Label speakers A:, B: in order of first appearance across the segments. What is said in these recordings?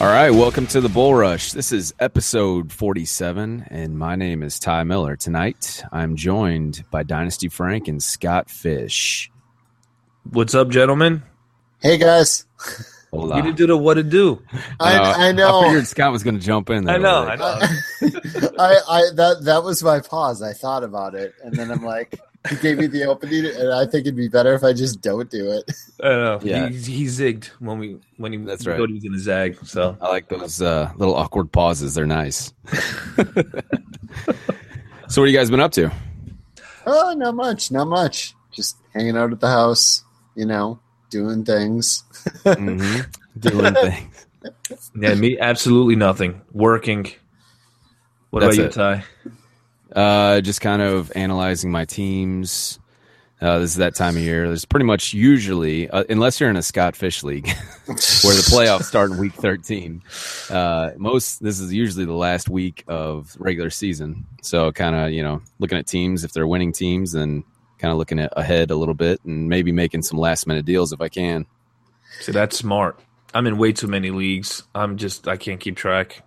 A: right, welcome to the Bull Rush. This is episode 47, and my name is Ty Miller. Tonight, I'm joined by Dynasty Frank and Scott Fish.
B: What's up, gentlemen?
C: Hey guys,
A: Hola.
B: You didn't do the what to do.
C: I,
A: Uh,
C: I know.
A: I
C: I,
A: figured Scott was going to jump in. There
B: I know.
A: really.
B: I know.
C: I that that was my pause. I thought about it, and then I'm like, he gave me the opening, and I think it'd be better if I just don't do it.
B: I know.
A: Yeah.
B: He, he zigged when we when he
A: That's
B: we
A: right.
B: thought he was gonna zag. So
A: I like those uh, little awkward pauses. They're nice. so, what you guys been up to?
C: Oh, not much, not much. Just hanging out at the house, you know, doing things.
A: Mm-hmm. Doing things.
B: yeah, me absolutely nothing. Working. What
A: That's
B: about
A: it.
B: you, Ty?
A: Uh, just kind of analyzing my teams. Uh, this is that time of year. There's pretty much usually, uh, unless you're in a Scott Fish league, where the playoffs start in week 13. Uh, most this is usually the last week of regular season. So kind of you know looking at teams if they're winning teams, then kind of looking at ahead a little bit and maybe making some last minute deals if I can.
B: See, that's smart. I'm in way too many leagues. I'm just I can't keep track.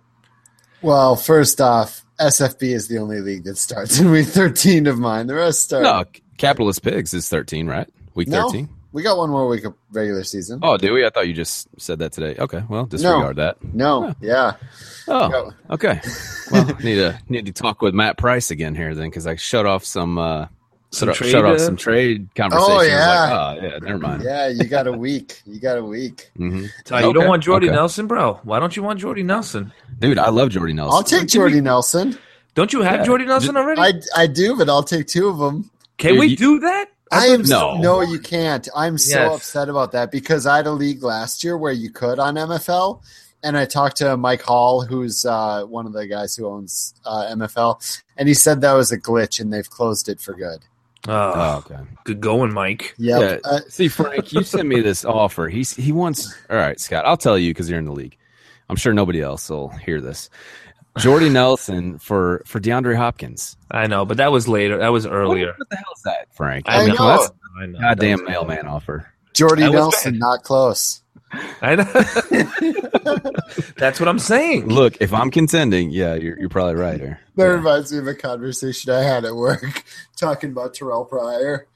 C: Well, first off, SFB is the only league that starts in week 13 of mine. The rest start.
A: No, capitalist pigs is 13, right? Week
C: No.
A: 13.
C: We got one more week of regular season.
A: Oh, do we? I thought you just said that today. Okay, well disregard that.
C: No, yeah.
A: Oh,
C: No.
A: okay. Well, need to need to talk with Matt Price again here then because I shut off some. uh
B: Some
A: shut,
B: trade,
A: shut
B: uh,
A: off some trade conversation.
C: yeah.
A: oh, yeah, never mind.
C: Yeah, you got a week. You got a week.
A: Mhm.
B: Ty, you don't
A: Okay.
B: want Jordy
A: Okay.
B: Nelson, bro. Why don't you want Jordy Nelson?
A: Dude, I love Jordy Nelson.
C: I'll take Jordy Nelson.
B: Don't you have
A: Yeah.
B: Jordy Nelson already?
C: I, I do, but I'll take two of them.
B: Can
A: Dude,
B: we
A: you-
B: do that?
C: I am
A: No.
C: no, no, you can't. I'm so
B: Yes.
C: upset about that because I had a league last year where you could on MFL, and I talked to Mike Hall, who's uh, one of the guys who owns uh, MFL, and he said that was a glitch and they've closed it for good.
B: Oh,
A: okay.
B: good going, Mike.
C: Yep.
A: Yeah.
C: Uh,
A: See, Frank, you sent me this offer. He's he wants. All right, Scott, I'll tell you because you're in the league. I'm sure nobody else will hear this. Jordy Nelson for for DeAndre Hopkins.
B: I know, but that was later. That was earlier.
A: What, what the hell is that, Frank?
C: I know.
A: That's
B: I know.
A: a Oh, goddamn
B: That was-
A: mailman offer.
C: Jordy
B: that was
C: Nelson, not close.
B: I know. That's what I'm saying.
A: Look, if I'm contending, yeah, you're you're probably right here.
C: That
A: Yeah.
C: reminds me of a conversation I had at work talking about Terrell Pryor.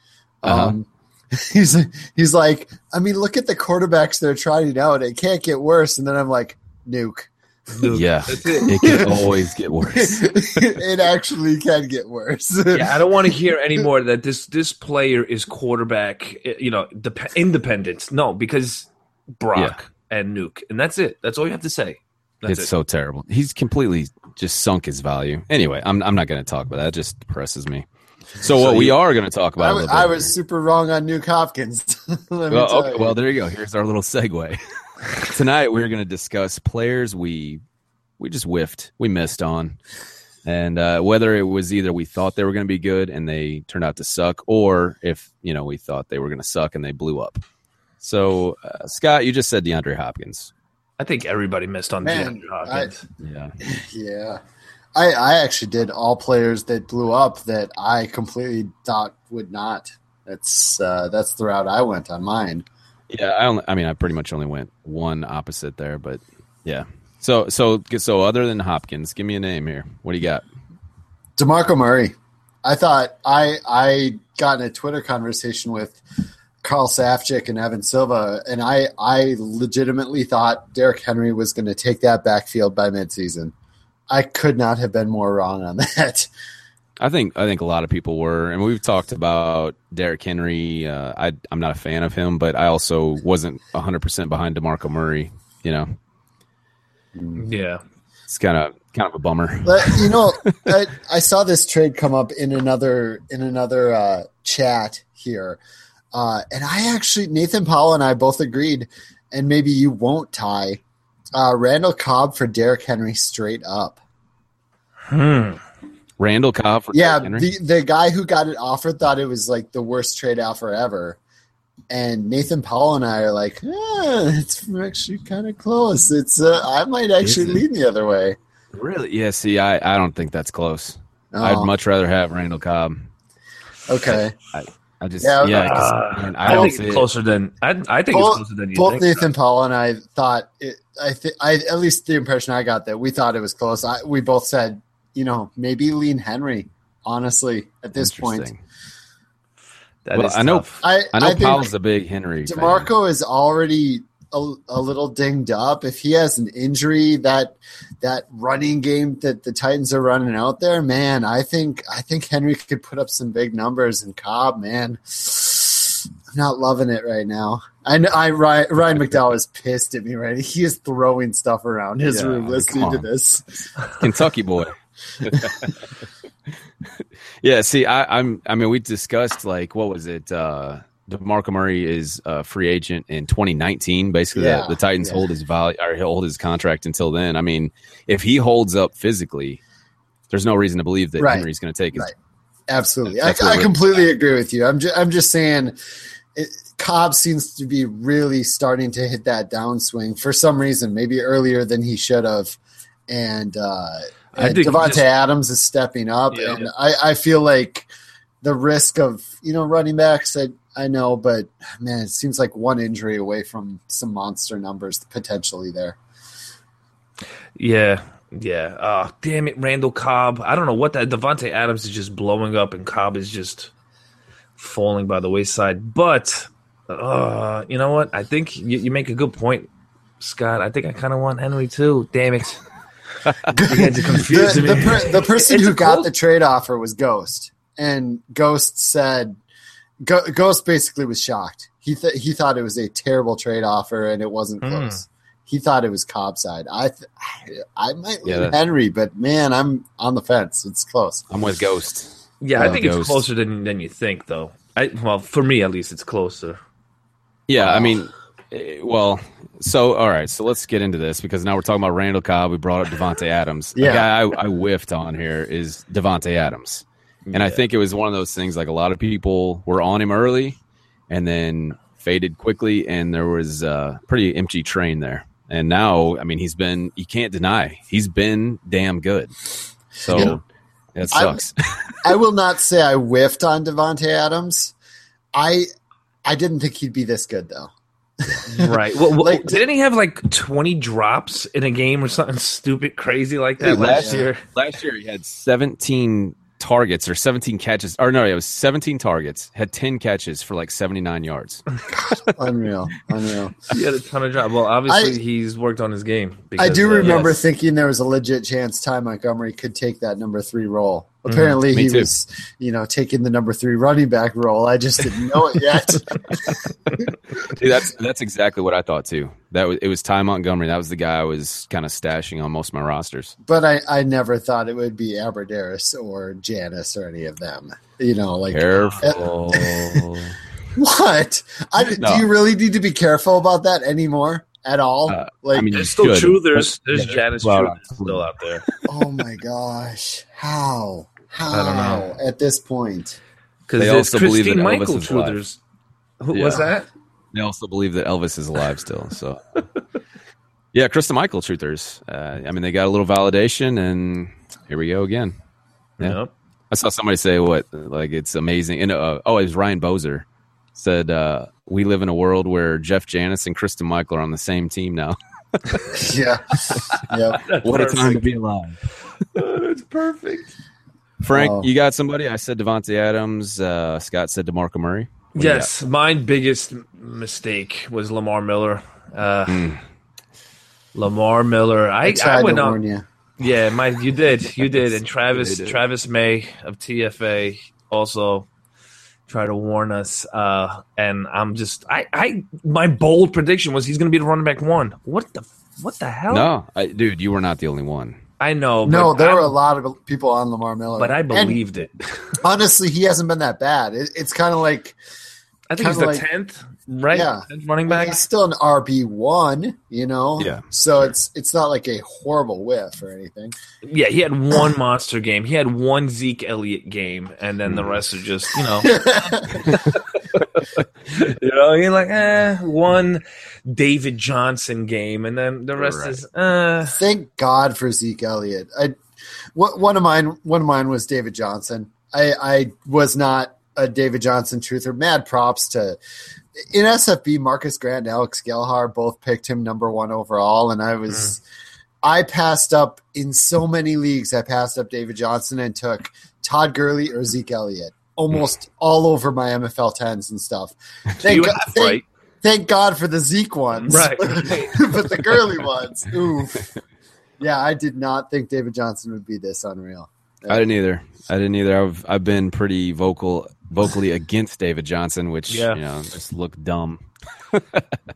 A: Uh-huh.
C: Um, he's he's like, I mean, look at the quarterbacks they're trying out. It can't get worse. And then I'm like, nuke.
A: Yeah, it can always get worse.
C: it actually can get worse.
B: yeah, I don't want to hear anymore that this this player is quarterback, eh, you know, dep- independent. No, because Brock and Nuke, and that's it. That's all you have to say. That's
A: it's
B: it.
A: so terrible. He's completely just sunk his value. Anyway, I'm I'm not going to talk about that. It just depresses me. So, what we are going to talk about?
C: I
A: a
C: was,
A: little
C: I
A: bit
C: was super wrong on Nuke Hopkins. Let me
A: Well,
C: tell
A: okay,
C: you.
A: well, there you go. Here's our little segue. Tonight we're going to discuss players we we just whiffed, we missed on, and uh, whether it was either we thought they were going to be good and they turned out to suck, or if you know we thought they were going to suck and they blew up. So, uh, Scott, you just said DeAndre Hopkins.
B: I think everybody missed on
C: Man,
B: DeAndre Hopkins.
A: Yeah,
C: yeah. I, I actually did all players that blew up that I completely thought would not. That's uh, that's the route I went on mine.
A: yeah. I only, I mean, I pretty much only went one opposite there, but yeah. So, so, so, other than Hopkins, give me a name here. What do you got?
C: Demarco Murray. I thought I I got in a Twitter conversation with Carl Safchik and Evan Silva, and I I legitimately thought Derrick Henry was going to take that backfield by midseason. I could not have been more wrong on that.
A: I think I think a lot of people were, and we've talked about Derrick Henry. Uh, I I'm not a fan of him, but I also wasn't 100 percent behind Demarco Murray. You know,
C: Mm.
B: Yeah,
A: it's kind of kind of a bummer.
C: But you know, I, I saw this trade come up in another in another uh, chat here, uh, and I actually Nathan Powell and I both agreed, and maybe you won't tie uh, Randall Cobb for Derrick Henry straight up.
B: hmm.
A: Randall Cobb for
C: yeah,
A: Derrick Henry.
C: the the guy who got it offered thought it was like the worst trade offer ever, and Nathan Powell and I are like, "Eh, it's actually kind of close. It's uh, I might actually
A: Is it?
C: lean the other way.
A: really? Yeah. See, I I don't think that's close.
C: Oh,
A: I'd much rather have Randall Cobb.
C: okay.
A: I- I just
C: Yeah,
A: yeah.
B: Uh,
A: 'cause, man,
B: I,
A: I, don't
B: think
A: see
B: it's
A: it.
B: closer than I, I think
C: Both-
B: it's closer than you
C: Both
B: think.
C: Nathan Paul and I thought it. I think I at least the impression I got that we thought it was close. I, we both said, you know, maybe lean Henry. Honestly, at this point,
A: Interesting.
B: That
A: Well,
B: is
A: I know-
B: tough.
C: I
A: I know
C: I think
A: Powell's a big Henry. fan.
C: Demarco is already a, a little dinged up. If he has an injury, that that running game that the Titans are running out there, man, I think I think Henry could put up some big numbers. And Cobb, man, I'm not loving it right now. I know I Ryan, Ryan McDowell is pissed at me right. He is throwing stuff around his
A: Yeah,
C: room
A: come
C: listening to
A: on.
C: this.
A: Kentucky boy. yeah, see, I, I'm. I mean, we discussed like what was it? Uh, Demarco Murray is a free agent in 2019. Basically,
C: Yeah,
A: the, the Titans
C: yeah.
A: hold his value or he'll hold his contract until then. I mean, if he holds up physically, there's no reason to believe that
C: Right.
A: Henry's going to take his.
C: Right. Absolutely, I,
A: That's what
C: I
A: we're-
C: completely agree with you. I'm ju- I'm just saying, it, Cobb seems to be really starting to hit that downswing for some reason, maybe earlier than he should have, and, uh,
B: I
C: and
B: think
C: Devontae
B: just-
C: Adams is stepping up,
B: Yeah.
C: and I, I feel like the risk of you know running backs. I I know, but man, it seems like one injury away from some monster numbers potentially there.
B: Yeah, yeah. Uh, damn it, Randall Cobb. I don't know what that Devontae Adams is just blowing up, and Cobb is just falling by the wayside. But uh, you know what? I think you, you make a good point, Scott. I think I kind of want Henry too. Damn it. you had to confuse
C: the,
B: me.
C: the, per, the person
B: It's
C: who got
B: close.
C: the trade offer was Ghost, and Ghost said, Go, Ghost basically was shocked. He th- he thought it was a terrible trade offer, and it wasn't
B: Hmm.
C: close. He thought it was Cobb side. I th- I I might
A: Yeah,
C: lean
A: that-
C: Henry, but man, I'm on the fence. It's close.
A: I'm with Ghost.
B: yeah, I
A: Oh,
B: think it's
A: Ghost.
B: closer than than you think, though. I, well, for me at least, it's closer.
A: Yeah, I mean, eh, well, so all right, so let's get into this because now we're talking about Randall Cobb. We brought up Devonte Adams.
C: Yeah.
A: The guy I, I whiffed on here is Devonte Adams, and I
B: Yeah.
A: think it was one of those things like a lot of people were on him early, and then faded quickly, and there was a pretty empty train there. And now, I mean, he's been you can't deny he's been damn good. So
C: Yeah.
A: that
C: I-
A: sucks.
C: I will not say I whiffed on Devonte Adams. I I didn't think he'd be this good though.
B: Right. Well, well,
C: Like-
B: didn't he have like twenty drops in a game or something stupid, crazy like that
A: Dude,
B: last
C: last-
B: year?
A: last year he had 17 targets or 17 catches or no it was 17 targets had 10 catches for like 79 yards
C: Unreal, unreal.
B: He had a ton of drops. Well, obviously he's worked on his game.
C: I
B: because,
C: do
B: uh,
C: remember
B: yes.
C: thinking there was a legit chance Ty Montgomery could take that number three role. Apparently,
A: Mm-hmm. me
C: he
A: too.
C: was, you know, taking the number three running back role. I just didn't know it yet.
A: Dude, that's that's exactly what i thought too that was it was ty montgomery that was the guy i was kind of stashing on most of my rosters
C: but I, I never thought it would be Aberderis or Janice or any of them. You know, like
A: careful
C: what? I,
A: No.
C: Do you really need to be careful about that anymore at all?
A: Uh,
C: like,
A: I mean, you
B: there's still
A: should,
B: truthers.
A: but-
B: There's
A: yeah,
B: Janice
A: well,
B: truthers still out there.
C: oh my gosh, how? How?
B: don't know.
C: At this point,
B: Because
A: They
B: there's
A: also believe that
B: Christine
A: Elvis
B: Michael
A: is alive.
B: truthers. Who was
A: Yeah.
B: that?
A: they also believe that elvis is alive still so yeah krista michael truthers uh, i mean they got a little validation and here we go again Yeah.
B: Nope.
A: I saw somebody say what like it's amazing. And uh, oh, it was Ryan Bozer said uh, we live in a world where Jeff Janis and Kristen Michael are on the same team now.
C: yeah, yep.
A: what
B: Perfect.
A: a time to be alive,
B: Oh, that's perfect.
A: Frank.
C: Wow.
A: You got somebody? I said Devontae Adams. Uh, Scott said Demarco Murray. What do you
B: Yes, my biggest m- mistake was Lamar Miller. Uh, Lamar Miller. I,
C: I
B: I
C: tried
B: went
C: to
B: on.
C: warn you.
B: Yeah, my you did, you did, and Travis
A: They did.
B: Travis May of TFA also tried to warn us. Uh, and I'm just I I my bold prediction was he's going to be the running back one. What the what the hell?
A: got? No, I, dude, you were not the only one.
B: I know.
C: No,
B: but
C: there
B: I,
C: were a lot of people on Lamar Miller,
B: but I
C: And
B: believed it.
C: honestly, he hasn't been that bad. It, it's kind of like
B: I think he's
C: kinda
B: the
C: like-
B: tenth, right?
C: Yeah.
B: Tenth running back.
C: he's still an RB one, you know.
A: Yeah.
C: So it's it's not like a horrible whiff or anything.
B: Yeah, he had one monster game. He had one Zeke Elliott game, and then the
A: Hmm.
B: rest are just you know. You know, you're like, eh, one David Johnson game, and then the rest
A: Right.
B: is, uh,
C: Thank God for Zeke Elliott. I what, one of mine one of mine was David Johnson. I I was not a David Johnson truther. Mad props to in SFB. Marcus Grant and Alex Gelhar both picked him number one overall, and I was. I passed up in so many leagues. I passed up David Johnson and took Todd Gurley or Zeke Elliott almost all over my MFL tens and stuff. Thank
B: you
C: God,
B: have
C: thank,
B: right.
C: thank God for the Zeke ones,
B: Right.
C: but the Gurley ones, oof. Yeah, I did not think David Johnson would be this unreal.
A: I didn't either. I didn't either. I've I've been pretty vocal vocally against David Johnson, which
B: Yeah.
A: you know just looked dumb.
B: Yeah,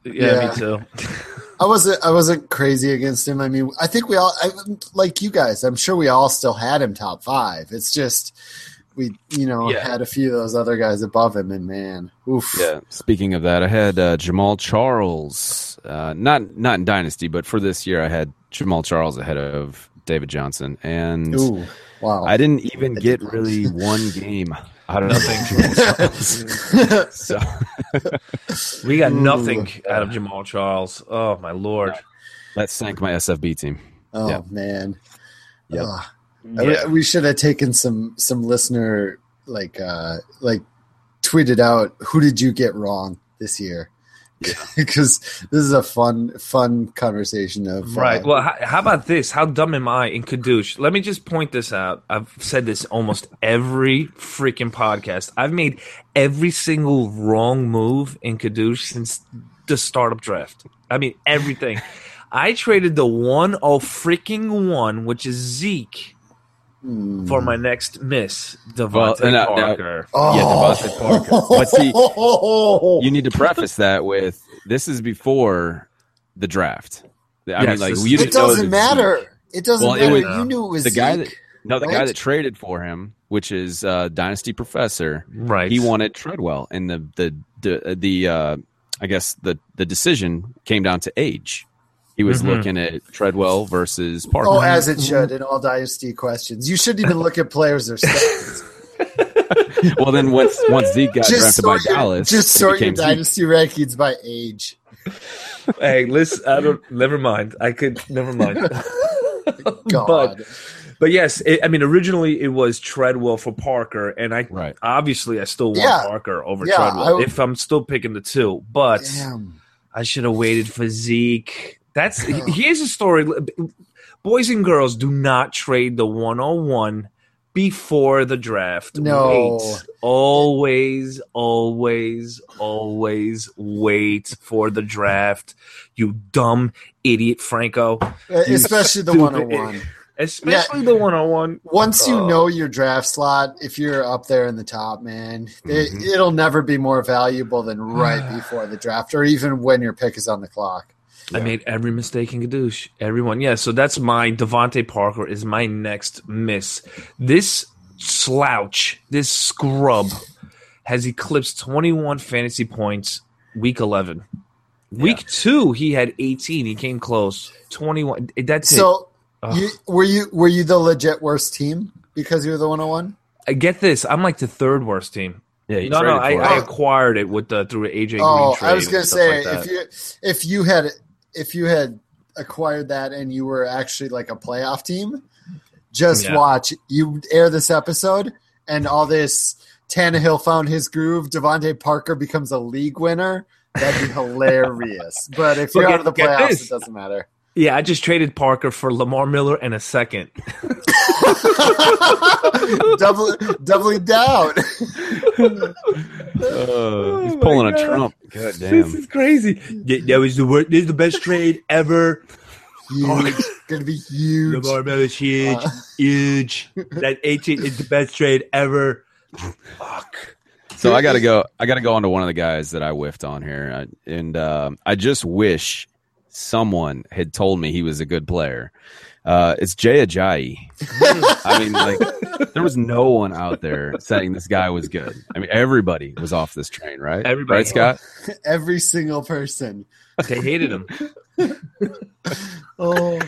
C: Yeah.
B: me too.
C: I wasn't. I wasn't crazy against him. I mean, I think we all, I, like you guys, I'm sure we all still had him top five. It's just we, you know,
B: Yeah.
C: had a few of those other guys above him, and man, oof.
A: Speaking of that, I had uh, Jamal Charles, uh, not not in Dynasty, but for this year, I had Jamal Charles ahead of David Johnson, and
C: Ooh, wow.
A: I didn't even
C: I did
A: get
C: not.
A: really one game out of nothing. so
B: We got
C: Ooh.
B: nothing out of Jamal Charles. Oh my lord.
A: that sank my SFB team.
C: oh
A: Yeah.
C: man,
A: Yep.
C: Ugh. I-
B: Yeah.
C: we should have taken some some listener like uh like tweeted out who did you get wrong this year because this is a fun fun conversation of uh,
B: Right. Well, how, how about this? How dumb am I in Kadush? Let me just point this out. I've said this almost every freaking podcast. I've made every single wrong move in Kadush since the startup draft. I mean, everything. I traded the one oh freaking one, which is Zeke,
C: hmm.
B: for my next miss, Devontae
A: Well, and, uh, now-
B: Parker.
C: oh.
A: Yeah, Devontae Parker. But see,
C: see,
A: You need to preface that with this is before the draft. I mean,
B: Yes,
A: like
B: this-
A: you
B: you
A: didn't
C: it
A: know
C: doesn't
A: that-
C: matter. It doesn't
A: Well, it
C: matter.
B: was-
C: you knew it was
A: the guy
C: Zeke.
A: that no, the guy
C: right?
A: that traded for him, which is uh, Dynasty Professor,
B: right.
A: he wanted Treadwell, and the the the, the uh, I guess the the decision came down to age. He was
B: Mhm.
A: looking at Treadwell versus Parker.
C: Oh, as it should in all dynasty questions. You shouldn't even look at players or stats.
A: well, then once once Zeke got drafted by
C: sort your-
A: Dallas,
C: just
A: it
C: sort your
A: became Zeke.
C: dynasty rankings by age.
B: hey, listen. I don't. Never mind. I could. Never mind.
C: God,
B: But yes, it, I mean, originally it was Treadwell for Parker, and I
A: Right.
B: obviously I still want
C: Yeah.
B: Parker over
C: Yeah,
B: Treadwell
C: I w-
B: if I'm still picking the two. But
C: damn.
B: I should have waited for Zeke. That's here's a story. Boys and girls, do not trade the 101 before the draft.
C: No.
B: Wait. Always, always, always wait for the draft. You dumb idiot, Franco.
C: E, Especially the
B: stupid-
C: 101.
B: Especially the 101.
C: Once you
B: Oh.
C: know your draft slot, if you're up there in the top, man, it,
A: Mhm.
C: it'll never be more valuable than right before the draft or even when your pick is on the clock.
B: I made every mistake in Gadoosh. Everyone. Yeah, so that's my Devonte Parker is my next miss. This slouch, this scrub has eclipsed 21 fantasy points week 11. Week 2 he had 18. He came close. 21 that's it.
C: So,
B: Ugh.
C: you, were you were you the legit worst team because you were the 101?
B: I get this. I'm like the third worst team.
A: Yeah, he
B: No, no, I,
A: traded for
B: I
A: him.
B: acquired it with the through AJ Green
C: Oh,
B: trade.
C: I was gonna
B: and stuff like
C: say
B: that.
C: if you if you had if you had acquired that and you were actually like a playoff team, just
B: Yeah.
C: watch. You air this episode and all this. Tannehill found his groove. Devontae Parker becomes a league winner. That'd be hilarious. But if
B: But
C: you're
B: get-
C: out of the
B: get
C: playoffs,
B: this.
C: it doesn't matter.
B: yeah, I just traded Parker for Lamar Miller and a second.
C: Double, doubling down.
A: Uh, he's
B: Oh my
A: pulling
B: God.
A: a Trump. God
B: This
A: damn.
B: is crazy. Th- That was the wor- This is the best trade ever. Oh
C: Huge. Gonna be huge.
B: Lamar Miller is huge,
C: Uh.
B: huge. That eighteen is the best trade ever. Fuck.
A: So I gotta go. I gotta go on to one of the guys that I whiffed on here, I, and um, I just wish someone had told me he was a good player. Uh, it's Jay Ajayi. I mean, like there was no one out there saying this guy was good. I mean, everybody was off this train, right?
B: Everybody.
A: right, Scott.
C: Every single person.
B: They hated him.
C: Oh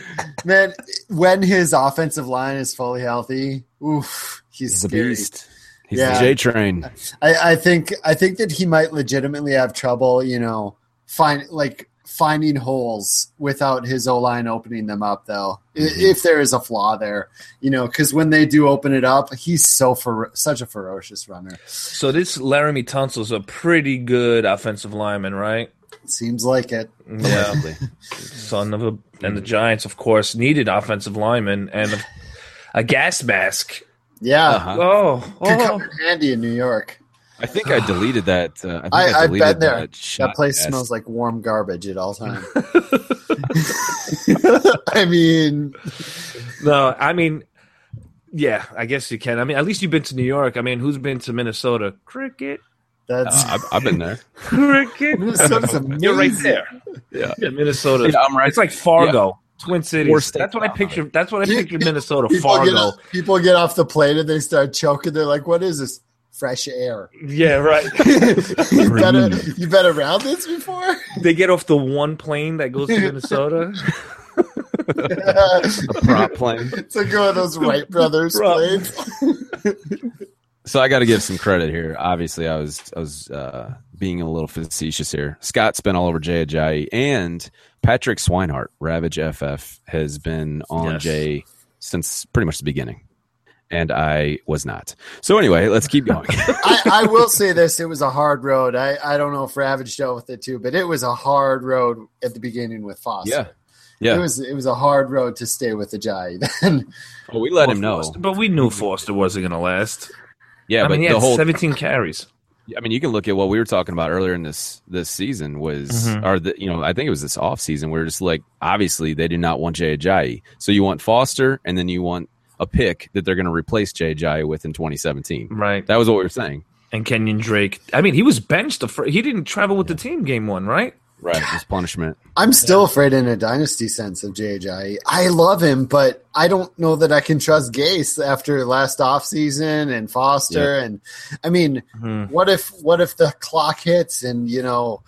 C: man, when his offensive line is fully healthy, oof, he's,
A: He's a
C: scary.
A: beast. He's
C: Yeah.
A: the J train.
C: I, I think I think that he might legitimately have trouble, you know, find like finding holes without his O line opening them up, though. I
A: Mm-hmm.
C: If there is a flaw there, you know, because when they do open it up, he's so fer- such a ferocious runner.
B: So this Laramie Tunsil's a pretty good offensive lineman, right?
C: Seems like it.
B: Yeah,
A: Allegedly.
B: son of a. And the Giants, of course, needed offensive linemen and a, a gas mask.
C: Yeah,
A: Uh-huh.
B: Oh,
C: could
B: oh.
C: come in handy in New York.
A: I think I deleted that. Uh, I think
C: I-
A: I,
C: I've
A: deleted
C: been there.
A: That, shot
C: That place
A: cast.
C: smells like warm garbage at all times. I mean,
B: No, I mean, yeah, I guess you can. I mean, at least you've been to New York. I mean, who's been to Minnesota? Cricket,
C: that's
A: Uh, I've, I've been there.
B: cricket.
C: Minnesota's
B: You're right
C: amazing.
B: there.
A: Yeah.
B: yeah Minnesota.
A: Yeah, I'm right.
B: It's like Fargo, Twin
A: Or
B: Cities.
A: state
B: That's what I
A: down,
B: picture. That's what I
C: You-
B: picture Minnesota.
C: People get,
B: Fargo.
C: off, people get off the plane and they start choking. They're like, "What is this? Fresh air?
B: Yeah, right.
C: you better, you better around this before."
B: they get off the one plane that goes to Minnesota.
A: a prop plane.
C: It's like one of those Wright brothers
B: Bro.
C: planes.
A: So I got to give some credit here. Obviously, I was I was uh, being a little facetious here. Scott's been all over Jay Ajayi and Patrick Swinehart. Ravage FF has been on
B: Yes.
A: Jay since pretty much the beginning, and I was not. So anyway, let's keep going.
C: I, I will say this: it was a hard road. I, I don't know if Ravage dealt with it too, but it was a hard road at the beginning with Foster.
A: yeah,
C: it
A: yeah.
C: was it was a hard road to stay with the Jai. Then
A: Well, we let him know.
B: Foster- but we knew Foster wasn't going to last.
A: Yeah,
B: I
A: but
B: mean, he
A: the
B: had
A: whole
B: 17 carries.
A: I mean, you can look at what we were talking about earlier in this this season was,
B: Mhm.
A: or the you know, I think it was this off season. We are just like, obviously, they do not want Jay Ajayi, so you want Foster, and then you want a pick that they're going to replace Jay Ajayi with in 2017.
B: Right.
A: That was what we were saying,
B: And Kenyon Drake. I mean, he was benched. The fir- he didn't travel with the team game one, right?
A: right? It was punishment.
C: I'm still afraid in a dynasty sense of Jay Ajayi. I love him, but I don't know that I can trust Gase after last offseason and Foster. And I mean, what if what if the clock hits and you know,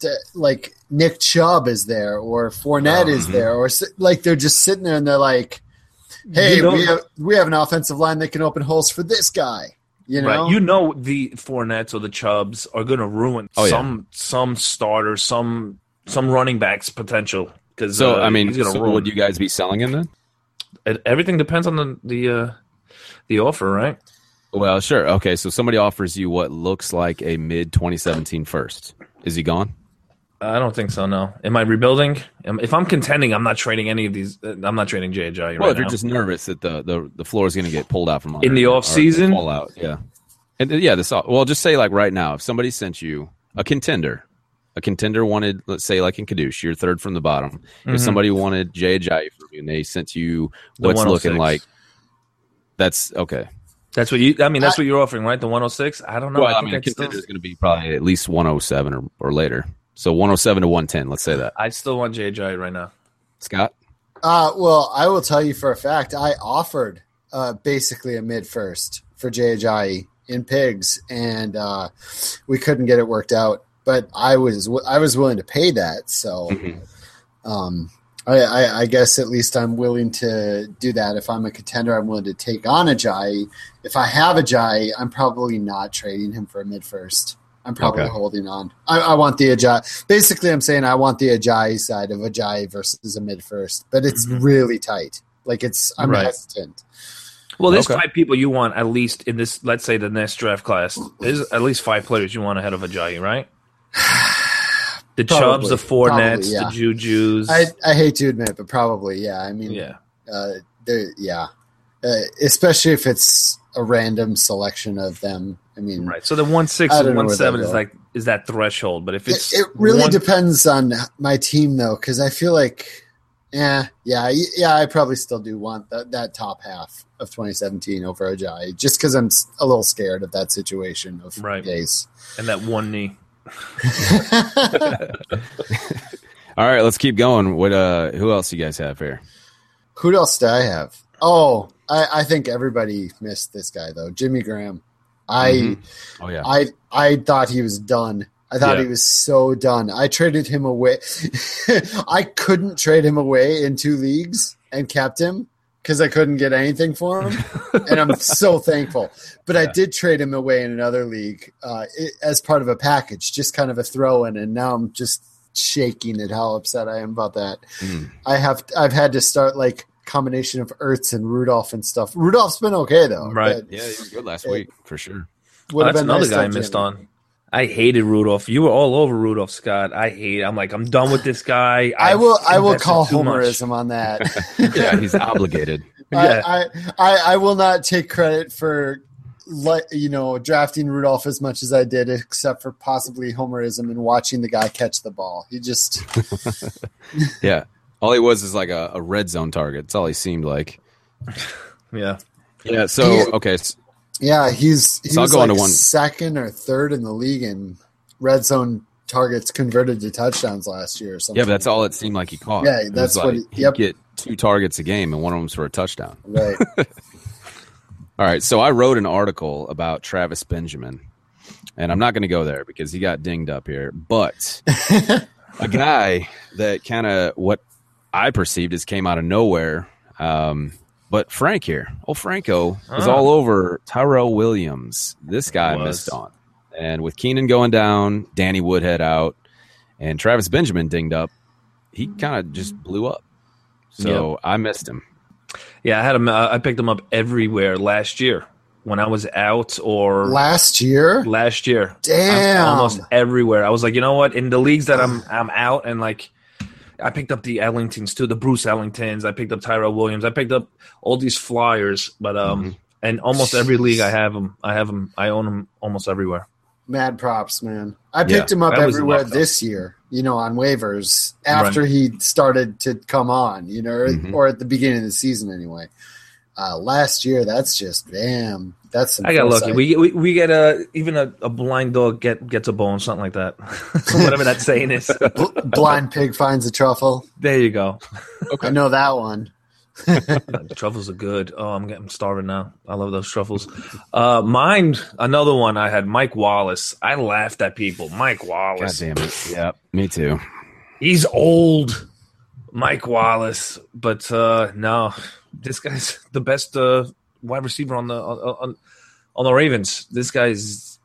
C: d- like Nick Chubb is there or Fournette is there or s- like they're just sitting there and they're like, hey,
B: Mm-hmm. You know-
C: we have we have an offensive line that can open holes for this guy. You know,
B: Right. You know the Fournettes or the Chubbs are going to ruin
A: Oh, yeah.
B: some some starter, some some running backs potential. Because
A: So I mean,
B: he's going to
A: so
B: ruin
A: would you guys be selling him then?
B: It- everything depends on the the uh, the offer, right?
A: Well, sure. Okay, so somebody offers you what looks like a mid 2017 first. Is he gone?
B: I don't think so. No. Am I rebuilding? Am, if I'm contending, I'm not trading any of these. uh, I'm not trading JJ right
A: Well, if
B: now.
A: you're just nervous that the the, the floor is going to get pulled out from under
B: In the
A: you, or
B: offseason?
A: fall out, yeah, and uh, yeah, this off. Well, just say like right now, if somebody sent you a contender, a contender wanted, let's say like in Kadush, you're third from the bottom.
B: Mm-hmm.
A: If somebody wanted Jay Ajayi from you, and they sent you
B: The
A: what's
B: 106.
A: looking like, that's okay.
B: that's what you. I mean, that's what you're offering, right? The 106. I don't know.
A: well, I,
B: I
A: mean, a
B: think I
A: contender
B: still.
A: is going to be probably at least 107 or, or later. So 107 to 110, let's say that.
B: I still want JJ right now.
A: Scott,
C: Uh, well, I will tell you for a fact, I offered uh, basically a mid first for JHI E in pigs, and uh, we couldn't get it worked out. But I was I was willing to pay that, so um, I, I, I guess at least I'm willing to do that. If I'm a contender, I'm willing to take on a Jai. If I have a Jai, I'm probably not trading him for a mid first. I'm probably
A: Okay.
C: holding on. I, I want the Ajay. Basically, I'm saying I want the Ajay side of Ajay versus a mid first, but it's really tight. Like it's, I'm
B: Mm-hmm. Right.
C: hesitant.
B: Well, there's
A: Okay.
B: five people you want at least in this. Let's say the next draft class. There's at least five players you want ahead of Ajayi, right? The Chubbs,
C: Probably.
B: the four
C: Probably,
B: nets,
C: yeah.
B: the Juju's.
C: I, I hate to admit, but probably yeah. I mean,
B: yeah.
C: uh, there, yeah, uh, especially if it's a random selection of them. I mean,
B: Right. So the one six
C: I
B: and
C: don't know
B: one
C: where
B: seven
C: they
B: is
C: go.
B: like is that threshold. But if
C: It,
B: it's
C: it really
B: one-
C: depends on my team, though, because I feel like, yeah, yeah, y- yeah, I probably still do want that that top half of 2017 over Ajayi, just because I'm s- a little scared of that situation of
B: Right.
C: Gase.
B: and that one knee.
A: all right, let's keep going. What uh, who else you guys have here?
C: Who else do I have? Oh, I, I think everybody missed this guy though, Jimmy Graham. I.
B: Mm-hmm.
A: Mhm. Oh yeah,
C: I I thought he was done. I thought
B: Yeah.
C: he was so done. I traded him away. I couldn't trade him away in two leagues and kept him because I couldn't get anything for him, and I'm so thankful. But I did trade him away in another league uh, i as part of a package, just kind of a throw in, and now I'm just shaking at how upset I am about that.
A: Mm.
C: I have I've had to start like combination of Ertz and Rudolph and stuff. Rudolph's been okay though.
B: Right.
C: but
A: Yeah, he was good last
C: Hey.
A: week for sure.
C: would've
B: Oh, that's
C: been
B: another
C: nice to
B: guy I
C: have
B: missed
C: Jimmy.
B: on. I hated Rudolph. You were all over Rudolph Scott. I hate. I'm like, I'm done with this guy.
C: I will I will
B: invested
C: call
B: too much.
C: homerism on that.
A: Yeah, he's obligated.
B: Yeah.
C: I, I, I I will not take credit for like you know drafting Rudolph as much as I did, except for possibly homerism and watching the guy catch the ball. He just
A: Yeah, all he was is like a, a red zone target. That's all he seemed like.
B: Yeah.
A: Yeah. So
C: He-
A: okay, s-
C: yeah, he's he's
A: So I'll go on
C: like
A: to one-
C: second or third in the league in red zone targets converted to touchdowns last year or something.
A: yeah, but that's all it seemed like he caught.
C: Yeah,
A: It was
C: that's what
A: like
C: he- yep.
A: he'd get two targets a game, and one of them's for a touchdown.
C: right.
A: All right, so I wrote an article about Travis Benjamin, and I'm not going to go there because he got dinged up here. But a guy that kind of what I perceived as came out of nowhere. Um, but Frank here, oh Franco was
B: Ah.
A: all over Tyrell Williams. This guy
B: Was.
A: missed on, and with Keenan going down, Danny Woodhead out, and Travis Benjamin dinged up, he kind of just blew up. So I missed him.
B: Yeah, I had him. Uh, I picked him up everywhere last year when I was out or
C: last year.
B: last year.
C: Damn.
B: I'm almost everywhere. I was like, you know what? In the leagues that I'm, I'm out and like, I picked up the Ellingtons too, the Bruce Ellingtons. I picked up Tyrell Williams. I picked up all these flyers, but
A: Mm-hmm.
B: um, and almost every league I have them. I have them. I own them almost everywhere.
C: Mad props, man. I
A: Yeah,
C: picked him up
B: I was
C: everywhere
B: lucky.
C: this year, you know, on waivers after he started to come on, you know, or,
A: Mhm.
C: or at the beginning of the season anyway. Uh, last year, that's just damn. That's some
B: I got lucky.
C: foresight.
B: We, we we get a even a, a blind dog get gets a bone, something like that. Whatever that saying is.
C: Bl- blind pig finds a truffle.
B: there you go.
C: I know that one.
B: truffles are good. Oh, I'm getting I'm starving now. I love those truffles. Uh, mine, another one I had Mike Wallace. I laughed at people. Mike
A: God
B: Wallace.
A: damn it! Yep, me too.
B: He's old, Mike Wallace. But uh, no, this guy's the best uh, wide receiver on the on, on on the Ravens. This guy's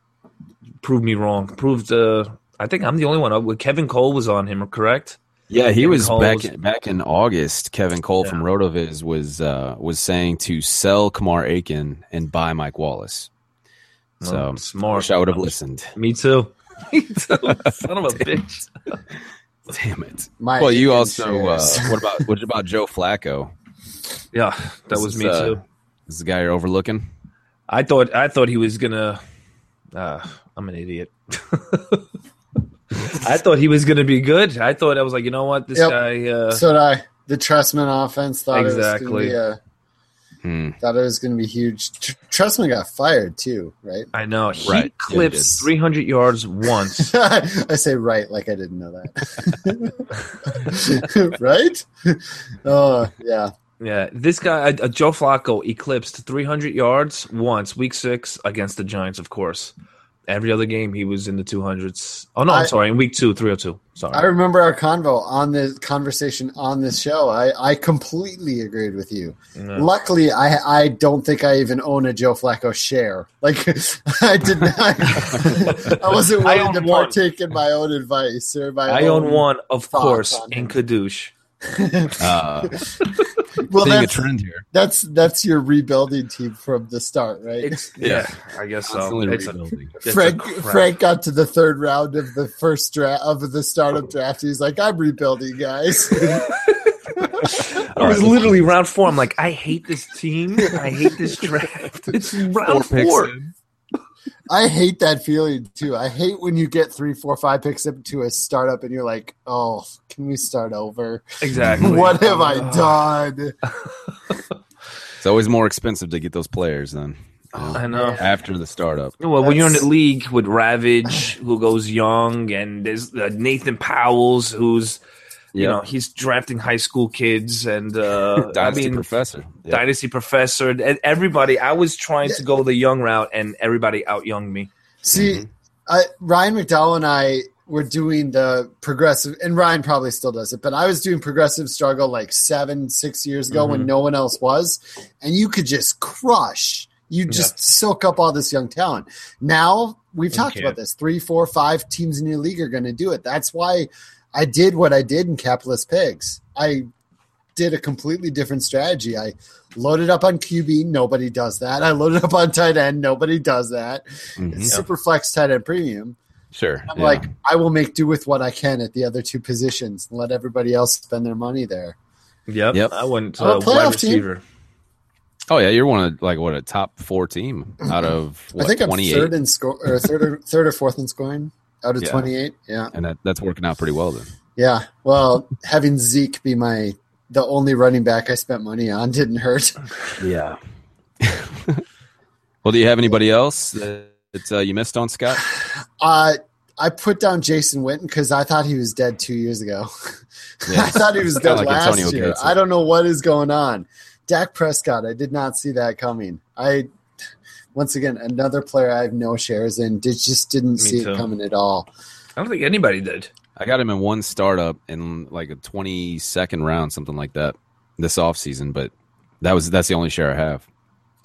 B: proved me wrong. Proved. Uh, I think I'm the only one. Uh, Kevin Cole was on him, correct?
A: Yeah, he
B: Kevin
A: was
B: Cole
A: back
B: was-
A: in, back in August. Kevin Cole
B: Yeah.
A: from Rotoviz was uh, was saying to sell Kamar Aiken and buy Mike Wallace. So
B: Well, Oh, smart.
A: wish I would have listened.
B: Me too. Me too. Son of a bitch.
A: Damn it!
C: My
A: Well, you
C: Aiken
A: also. Uh,
C: shares.
A: what about what about Joe Flacco?
B: Yeah, that
A: This
B: was
A: is,
B: me
A: uh,
B: too.
A: This is the guy you're overlooking.
B: I thought I thought he was gonna. Uh, I'm an idiot. I thought he was gonna be good. I thought I was like, you know what, this
C: Yep.
B: guy. Uh,
C: so did I. The Tressman offense thought it was
B: Exactly.
C: going to be a,
A: Hmm.
C: thought it was going to be huge. Tr- Tressman got fired too, right?
B: I know he
A: Right.
B: clipped
A: Yeah, he did.
B: 300 yards once.
C: I say right like I didn't know that. right? Oh, yeah.
B: yeah, this guy, uh, Joe Flacco, eclipsed 300 yards once, week six against the Giants, of course. Every other game, he was in the 200s. Oh no, I,
C: I-
B: am sorry, in week two, 302. Sorry.
C: I remember our convo on the conversation on this show. I, I completely agreed with you.
B: Yeah.
C: Luckily, I I don't think I even own a Joe Flacco share. Like I did not. I wasn't
B: I own
C: willing to
B: one.
C: partake in my own advice or my.
B: I own one, of
C: thoughts
B: course,
C: on
B: in
C: him.
B: Kadoosh.
A: Uh,
C: Well,
A: seeing a
C: that's,
A: trend here.
C: that's that's your rebuilding team from the start, right?
B: It's
A: Yeah.
B: yeah, I guess so.
A: Constantly
B: It's a-
A: rebuilding.
B: it's a
C: Frank
B: crap.
C: Frank got to the third round of the first draft of the
B: Oh.
C: startup draft. He's like, I'm rebuilding, guys.
B: It was literally round four. I'm like, I hate this team. I hate this draft. It's round
A: Four picks
B: four.
A: in.
C: I hate that feeling too. I hate when you get three, four, five picks up to a startup and you're like, oh, can we start over?
B: Exactly.
C: What have I
B: Ugh.
C: done?
A: It's always more expensive to get those players than
B: I know.
A: after the startup.
B: Well, when you're in the
C: That's-
B: league with Ravage, who goes young, and there's uh, Nathan Powell's, who's you
A: Yeah.
B: know he's drafting high school kids, and uh, I
A: Dynasty
B: mean
A: professor. Yeah.
B: Dynasty Professor, and everybody. I was trying to go the young route, and everybody out young me.
C: See, I, Ryan McDowell and I were doing the progressive, and Ryan probably still does it, but I was doing progressive struggle like seven, six years ago when no one else was, and you could just crush. You just soak up all this young talent. Now we've talked
B: can't.
C: about this. Three, four, five teams in your league are going to do it. That's why I did what I did in Capitalist Pigs. I did a completely different strategy. I loaded up on QB. Nobody does that. I loaded up on tight end. Nobody does that.
A: Mhm.
C: It's super flex tight end premium.
A: Sure.
C: I'm
A: yeah.
C: like, I will make do with what I can at the other two positions and let everybody else spend their money there.
B: Yep.
A: Yep.
B: I went
C: Oh,
B: uh,
C: playoff
B: wide
C: team.
B: receiver.
A: oh yeah, you're one of like what a top four team out of what,
C: I think I'm
A: 28?
C: third in score or third or third or fourth in scoring out of
A: Yeah.
C: 28. Yeah.
A: and that, that's working out pretty well then.
C: Yeah. Well, having Zeke be my the only running back I spent money on didn't hurt.
B: Yeah.
A: Well, do you have anybody else that that, uh, you missed on Scott?
C: Uh, I put down Jason Witten because I thought he was dead two years ago.
A: Yeah.
C: I thought he was
A: Kinda
C: dead
A: like
C: last
A: Antonio
C: year.
A: Gates.
C: I don't know what is going on. Dak Prescott, I did not see that coming. I once again another player I have no shares in. Did just didn't see
B: too.
C: it coming at all.
B: I don't think anybody did.
A: I got him in one startup in like a 22nd round, something like that, this offseason. But that was that's the only share I have.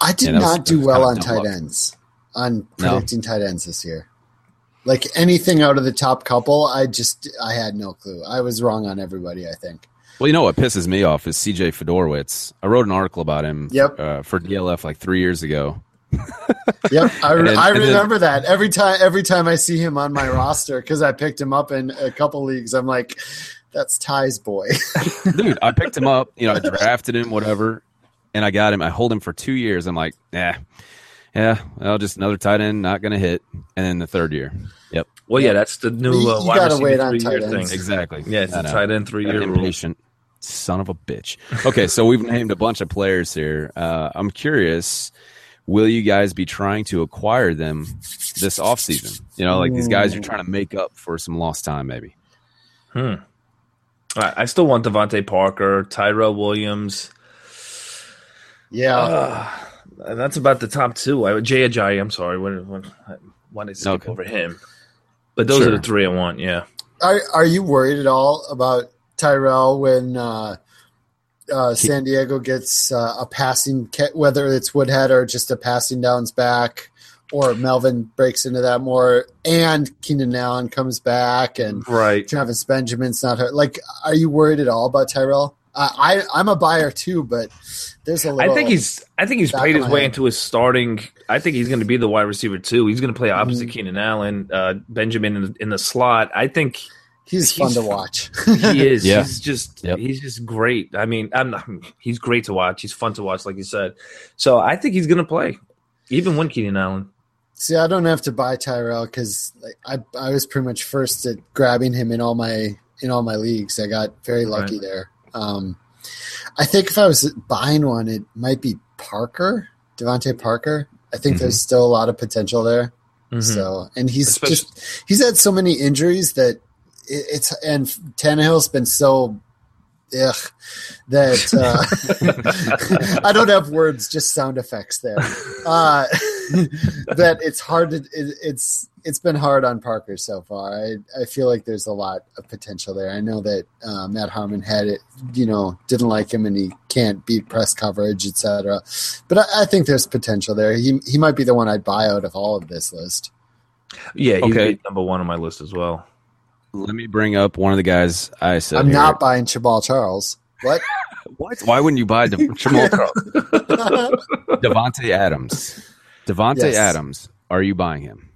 C: I did
A: Yeah, that was-
C: not do
A: that was
C: well on
A: kinda dumb
C: tight
A: luck.
C: ends, on
A: No.
C: predicting tight ends this year. Like anything out of the top couple, I just I had no clue. I was wrong on everybody. I think.
A: Well, you know what pisses me off is CJ Fedorowicz. I wrote an article about him
C: Yep.
A: uh, for DLF like three years ago.
C: Yep, I,
A: And then-
C: I
A: and then-
C: remember that every time. Every time I see him on my roster because I picked him up in a couple leagues, I'm like, "That's Ty's boy."
A: Dude, I picked him up, you know, I drafted him, whatever, and I got him. I hold him for two years. I'm like, nah, yeah, well, just another tight end, not going to hit. And then the third year. Yep,
B: Well, yeah, that's the new
C: You-
B: uh,
C: you
B: wide
C: gotta
B: receiver
C: wait on
B: three-year
C: tight
B: thing.
C: ends.
A: exactly.
B: Yeah, it's
A: I
B: a
A: know.
B: tight end three-year rule.
A: impatient son of a bitch. Okay, so we've named a bunch of players here. Uh, I'm curious, will you guys be trying to acquire them this offseason? You know, like these guys are trying to make up for some lost time, maybe.
B: Hmm. All right, I still want Devontae Parker, Tyrell Williams.
C: yeah,
B: Ah, and that's about the top two. I, Jay Ajayi, I'm sorry. When, when, why did I skip
A: Okay.
B: over him? But those
A: Sure.
B: are the three I want, yeah.
C: are are you worried at all about Tyrell when uh, uh, San Diego gets uh, a passing, ca- whether it's Woodhead or just a passing downs back, or Melvin breaks into that more, and Keenan Allen comes back, and
B: Right.
C: Travis Benjamin's not hurt. Like, are you worried at all about Tyrell? Uh, I I'm a buyer too, but there's a
B: I
C: little.
B: think he's I think he's
C: Back
B: played
C: of
B: his
C: my
B: way
C: head.
B: into his starting. I think he's going to be the wide receiver too. He's going to play
C: Mm-hmm.
B: opposite Keenan Allen, uh, Benjamin in the, in the slot. I think
C: he's fun
B: he's-
C: to watch.
B: he is.
A: Yeah.
B: He's just
A: Yep.
B: he's just great. I mean, I'm not, he's great to watch. He's fun to watch, like you said. So I think he's going to play, even when Keenan Allen.
C: See, I don't have to buy Tyrell because like, I I was pretty much first at grabbing him in all my in all my leagues. I got very lucky there. Um, I think if I was buying one, it might be Parker, Devontae Parker. I
A: Mhm.
C: think
B: Mm-hmm.
C: there's still a lot of potential there.
B: Mhm.
C: So, and he's
B: Especi-
C: just he's had so many injuries that it, it's and Tannehill's been so ugh that uh, I don't have words, just sound effects there. Uh, that it's hard to it, it's it's been hard on Parker so far. I I feel like there's a lot of potential there. I know that uh, Matt Harmon had it, you know, didn't like him and he can't beat press coverage, etc. But I, I think there's potential there. He he might be the one I'd buy out of all of this list.
B: yeah, he's
A: Okay.
B: number one on my list as well.
A: Let me bring up one of the guys I said.
C: I'm
A: here.
C: not buying Chabal Charles. What?
A: What? Why wouldn't you buy De- Jamal Charles? Devontae Adams? Devontae
C: Yes.
A: Adams, are you buying him?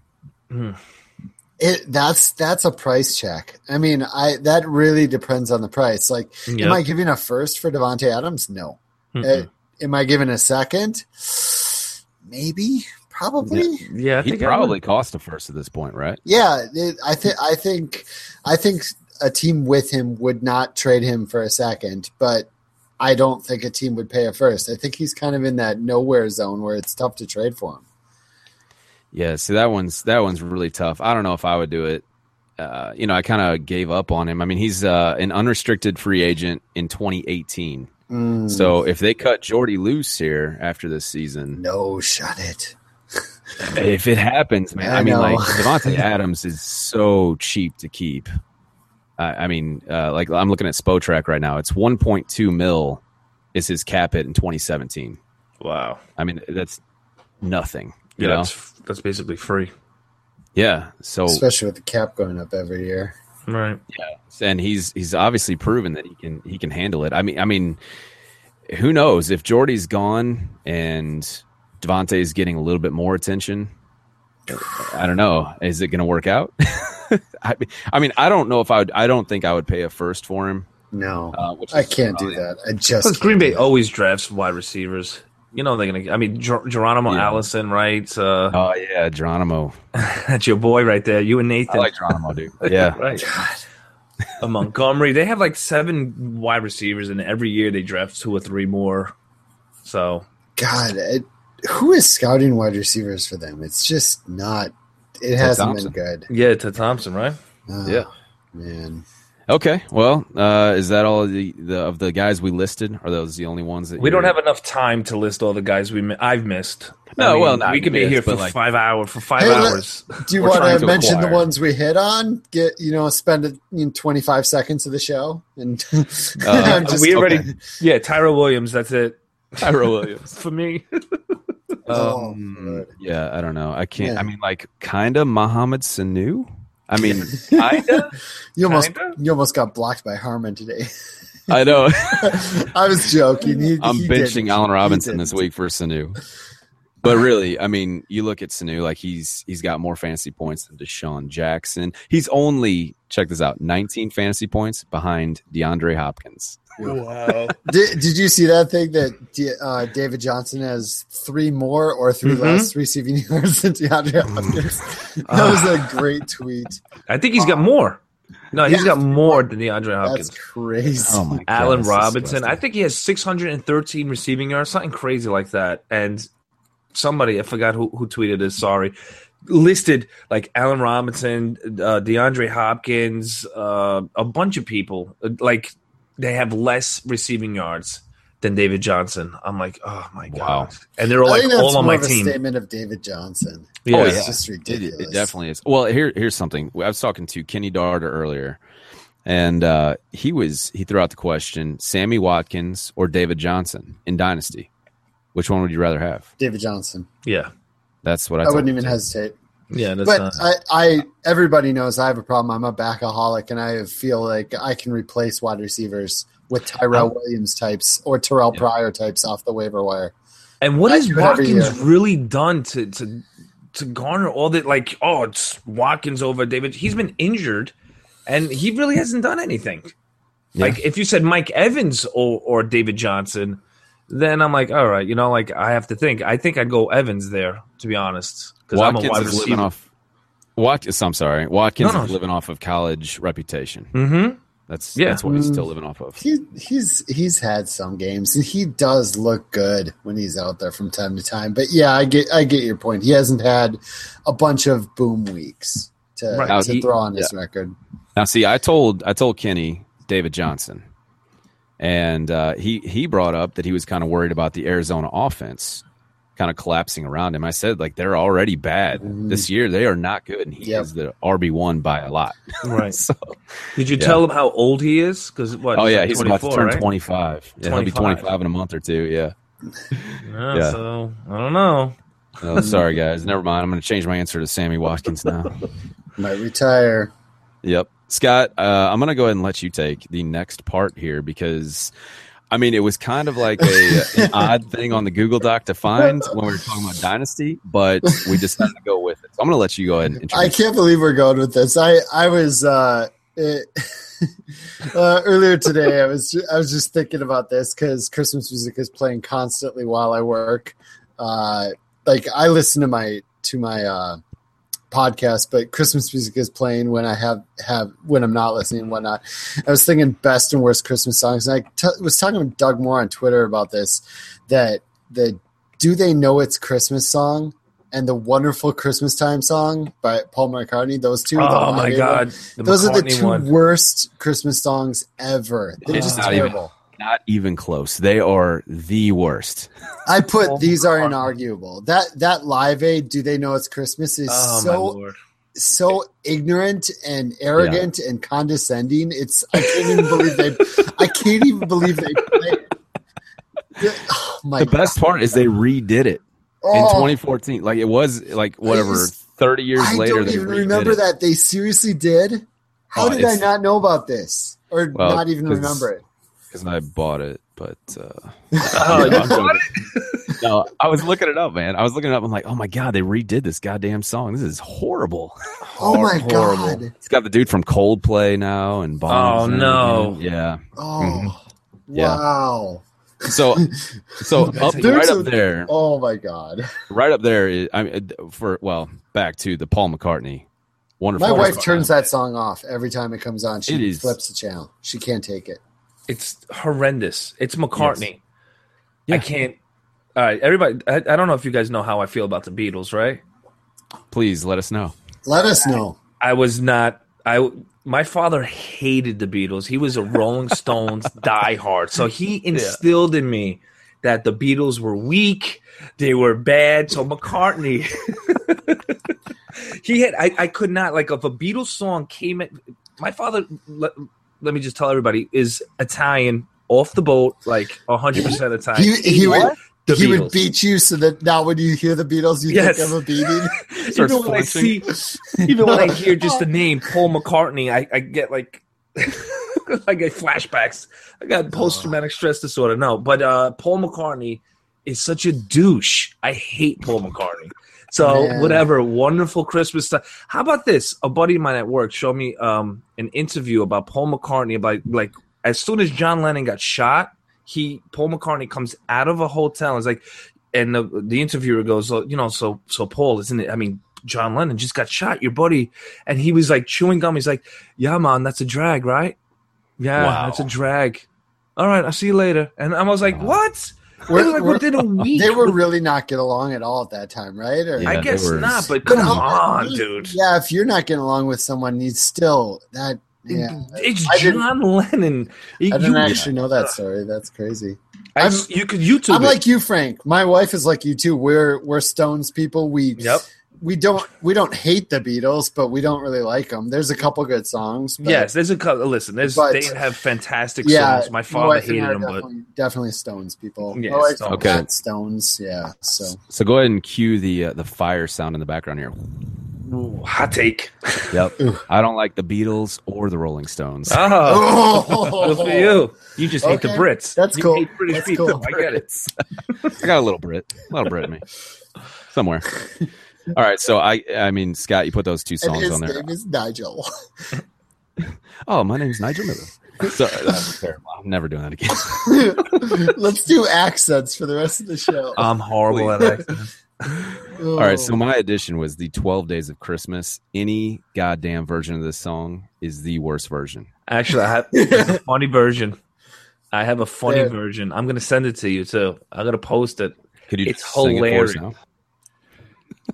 C: it that's that's a price check. I mean, I that really depends on the price. Like,
B: Yep.
C: am I giving a first for Devonte Adams? No.
B: Mhm.
C: Uh, am I giving a second? Maybe, probably.
B: yeah, I
A: He
B: think I
A: probably
B: would.
A: cost a first at this point, right?
C: Yeah, it, I think I think I think a team with him would not trade him for a second, but I don't think a team would pay a first. I think he's kind of in that nowhere zone where it's tough to trade for him.
A: Yeah, see that one's that one's really tough. I don't know if I would do it. Uh, you know, I kind of gave up on him. I mean, he's uh, an unrestricted free agent in 2018.
C: Mm,
A: So if they cut Jordy loose here after this season,
C: no, shut it.
A: if it happens, man, I,
C: Mm. I
A: mean,
C: know.
A: like Devontae Adams is so cheap to keep. I, I mean, uh, like I'm looking at Spotrack right now. It's 1.2 mil is his cap hit in 2017.
B: Wow.
A: I mean, that's nothing. You
B: Yeah,
A: know?
B: that's, that's basically free.
A: Yeah. So
C: Especially with the cap going up every year.
B: Right.
A: and he's he's obviously proven that he can he can handle it. I mean, I mean, who knows if Jordy's gone and Devontae's getting a little bit more attention? I don't know. Is it going to work out? I, mean- I mean, I don't know if I would. I don't think I would pay a first for him.
C: No,
A: Uh, which
C: I
A: is
C: can't do
A: probably-
C: that. I
B: Plus,
C: just
B: Green Bay always drafts wide receivers. You know they're gonna. I mean, Ger- Geronimo
A: Yeah.
B: Allison, right? Uh,
A: Oh yeah, Geronimo.
B: That's your boy right there. You and
A: I
B: Nathan,
A: like Geronimo, dude. Yeah,
B: right? A Montgomery. They have like seven wide receivers, and every year they draft two or three more. So
C: God, it, who is scouting wide receivers for them? It's just not. It hasn't
A: Thompson.
C: been good.
B: yeah, to Thompson, right?
C: Oh,
A: yeah.
C: man.
A: Okay. Well, uh, is that all of the, the of the guys we listed? Are those the only ones that
B: We don't
A: you're-
B: have enough time to list all the guys we mi- I've missed.
A: No, well, not
B: we could be
A: missed,
B: here for
A: but, like-
B: five hour for five
C: Hey, let-
B: hours.
C: Do you
A: We're
C: want
A: trying
C: to
A: to
C: mention the
A: acquire.
C: ones we hit on? Get you know, spend uh, you know, 25 seconds of the show, and
A: Uh,
C: I'm just-
B: we already,
A: okay.
B: yeah, Tyra Williams. That's it
A: Tyrell Williams.
B: for me.
C: Oh,
A: Um,
C: Lord.
A: yeah, I don't know. I can't.
C: Yeah.
A: I mean, like, kinda Muhammad Sanu. I mean, kinda.
C: you almost
B: kinda?
C: you almost got blocked by Harmon today.
A: I know.
C: I was joking. He,
A: I'm
C: he
A: benching
C: didn't.
A: Allen
C: He
A: Robinson
C: didn't.
A: this week for Sanu. But really, I mean, you look at Sanu, like he's he's got more fantasy points than Deshaun Jackson. He's only check this out, 19 fantasy points behind DeAndre Hopkins.
B: wow.
C: Did, did you see that thing that D- uh, David Johnson has three more or 3
B: Mhm.
C: less receiving yards than DeAndre Hopkins? that was a great tweet.
B: I think he's got more. No, he's got more than DeAndre Hopkins. Oh,
C: That's crazy.
A: my!
B: Allen Robinson. I think he has 613 receiving yards, something crazy like that. And somebody, I forgot who, who tweeted this, sorry, listed like Allen Robinson, uh, DeAndre Hopkins, uh, a bunch of people. uh, Like they have less receiving yards than David Johnson. I'm like, oh my
A: Wow.
B: God. And they're all,
C: I
B: like
C: think that's
B: all on my
C: more of a
B: team.
C: statement of David Johnson.
B: Yeah.
A: Oh,
C: It's
A: yeah.
C: just
A: It,
C: ridiculous.
A: it definitely is. Well, here here's something. I was talking to Kenny Darter earlier, and uh, he was he threw out the question: Sammy Watkins or David Johnson in Dynasty? Which one would you rather have?
C: David Johnson.
B: Yeah.
A: That's what I.
C: I
A: told
C: wouldn't
A: him.
C: even hesitate.
B: Yeah. That's
C: But
B: not,
C: I, I, everybody knows I have a problem. I'm a backaholic, and I feel like I can replace wide receivers with Tyrell Williams types or Terrell
A: Yeah.
C: Pryor types off the waiver wire.
B: And what
C: I
B: has
C: do it every
B: Watkins
C: year.
B: really done to to to garner all that? Like, oh, it's Watkins over David. He's been injured, and he really hasn't done anything.
A: Yeah.
B: Like, if you said Mike Evans or or David Johnson, then I'm like, all right, you know, like I have to think. I think I'd go Evans there, to be honest, because I'm a
A: Watkins
B: wide
A: is living
B: receiver.
A: off. Watkins, I'm sorry. Watkins
B: No, no.
A: is living off of college reputation.
B: Mm-hmm.
A: That's
B: Yeah.
A: that's what he's
C: Mm.
A: still living off of.
C: He, he's he's had some games, and he does look good when he's out there from time to time. But yeah, I get I get your point. He hasn't had a bunch of boom weeks to,
B: Right.
A: Now,
C: to
A: he-
C: throw on his record.
A: Now, see, I told I told Kenny David Johnson, and uh, he he brought up that he was kind of worried about the Arizona offense kind of collapsing around him. I said like they're already bad
B: Mm-hmm.
C: Mhm.
A: this year; they are not good, and he
C: Yep.
A: is the RB one by a lot.
B: Right.
A: So,
B: Did you
A: Yeah.
B: tell him how old he is? Because what?
A: oh yeah,
B: like
A: he's about to
B: 24,
A: turn
B: right?
A: twenty five. Yeah, he'll be
B: 25.
A: twenty five in a month or two. Yeah.
B: Yeah,
A: Yeah.
B: So I don't know.
A: Oh, sorry guys, never mind. I'm going to change my answer to Sammy Watkins now.
C: Might retire.
A: Yep. Scott, uh, I'm going to go ahead and let you take the next part here because, I mean, it was kind of like a, an odd thing on the Google Doc to find when we were talking about Dynasty, but we decided to go with it. So I'm going to let you go ahead and
C: I
A: introduce.
C: can't believe we're going with this. I I was uh, it, uh, earlier today. I was ju- I was just thinking about this because Christmas music is playing constantly while I work. Uh, like I listen to my to my uh, podcast, but Christmas music is playing when I have have when I'm not listening and whatnot. I was thinking best and worst Christmas songs, and I t- was talking with Doug Moore on Twitter about this. That the "Do They Know It's Christmas" song and the "Wonderful Christmas Time" song by Paul McCartney. Those two. the
B: Oh my
C: live
B: God. The
C: those are the
B: McCartney
C: two
B: one.
C: worst Christmas songs ever. They're
A: It's
C: just
A: not even-
C: terrible.
A: Not even close. They are the worst.
C: I put
B: Oh,
C: these are
B: God.
C: inarguable. That that live aid, do they know it's Christmas? Is
B: Oh my
C: so
B: lord.
C: so ignorant and arrogant and condescending. It's I can't even believe they. I can't even believe they. Played. it. Oh my
A: The best part is they redid it
C: God.
A: in
C: Oh.
A: 2014. Like it was like whatever,
C: just-
A: 30 years
C: I
A: later.
C: don't
A: they
C: even
A: redid
C: remember
A: it.
C: that they seriously did. How
A: Oh,
C: did I
A: it's-
C: not know about this or
A: Well,
C: not even
A: 'cause-
C: remember it?
A: because I bought it, but uh,
B: Oh, you bought
A: no, I was looking it up, man. I was looking it up. I'm like, oh my god, they redid this goddamn song. This is horrible.
C: Oh my
B: Horrible.
C: god!
A: It's got the dude from Coldplay now and Bono.
B: Oh,
A: and
B: no.
A: everything. yeah.
C: Oh
A: Mm-hmm. Yeah.
C: wow!
A: So, so up
C: There's
A: right
C: a-
A: up there,
C: Oh my god!
A: right up there. Is, I mean, for well, back to the Paul McCartney. Wonderful.
C: My wife
A: World.
C: turns that song off every time it comes on.
A: It
C: She
A: is-
C: flips the channel. She can't take it.
B: It's horrendous. It's McCartney.
A: Yeah.
B: I can't. All right, everybody. I, I don't know if you guys know how I feel about the Beatles, right?
A: Please let us know.
C: Let us know.
B: I was not. I my father hated the Beatles. He was a Rolling Stones diehard, so he instilled in me that the Beatles were weak. They were bad. So McCartney, he had. I, I could not like if a Beatles song came at my father. Let, let me just tell everybody is Italian off the boat like hundred percent of the time.
C: He, he would,
B: The
C: he
B: Beatles.
C: would beat you so that now when you hear the Beatles, you
B: Yes.
C: think of a beating.
A: Starts
B: even when I see,
A: flinching.
B: even when I hear just the name Paul McCartney, I, I get like, I get flashbacks. I got post traumatic stress disorder. No, but uh, Paul McCartney is such a douche. I hate Paul McCartney. So
C: Man.
B: whatever, wonderful Christmas stuff. How about this? A buddy of mine at work showed me um, an interview about Paul McCartney. About like as soon as John Lennon got shot, he Paul McCartney comes out of a hotel and is like, and the, the interviewer goes, oh, you know, so so Paul, isn't it? I mean, John Lennon just got shot, your buddy, and he was like chewing gum. He's like, yeah, man, that's a drag, right? Yeah,
A: Wow.
B: that's a drag. All right, I'll see you later. And I was like,
A: Wow.
B: what?
C: We're-
B: They were like
C: we're-
B: within a week.
C: They were really not get along at all at that time, right? Or,
A: Yeah.
B: I
A: they
B: guess
A: were-
B: not, but
C: But
B: come
C: how-
B: on, dude.
C: yeah, if you're not getting along with someone, you still that. Yeah,
B: It's
C: I didn't-
B: John Lennon. You,
C: I didn't
B: I
C: actually know that story. That's crazy. I'm-
B: you could YouTube
C: I'm
B: it.
C: like you, Frank. My wife is like you too. We're we're Stones people. We
B: Yep.
C: we don't we don't hate the Beatles, but we don't really like them. There's a couple good songs. But
B: yes, there's a couple. Listen, there's
C: but-
B: they have fantastic
C: yeah.
B: songs. My
C: you
B: father
C: know what, you
B: hated
C: know,
B: them, but
C: definitely, definitely Stones people.
B: Yeah,
C: My wife's
B: Stones.
A: Okay.
C: got Stones. Yeah, so
A: So go ahead and cue the uh, the fire sound in the background here.
B: Ooh, hot take.
A: Yep.
C: Ooh.
A: I don't like the Beatles or the Rolling Stones.
B: Oh,
C: oh,
B: good for you. You just hate the
C: Okay,
B: Brits.
C: that's
B: You
C: cool.
B: hate British
C: That's
B: people.
C: cool.
B: I get it.
A: I got a little Brit, a little Brit in me, somewhere. All right, so I, I mean, Scott, you put those two
C: And
A: songs
C: his
A: on there.
C: name is Nigel.
A: Oh, my name's Nigel Miller. So that was terrible. I'm never doing that again.
C: Let's do accents for the rest of the show.
B: I'm horrible at that.
A: Uh, All right,
B: Oh.
A: so my addition was the 12 Days of Christmas. Any goddamn version of this song is the worst version.
B: Actually, I have there's a funny version. I have a funny
C: Yeah.
B: version. I'm gonna send it to you too. I'm gonna post it.
A: Could you
B: It's
A: sing it for us
B: hilarious.
A: now?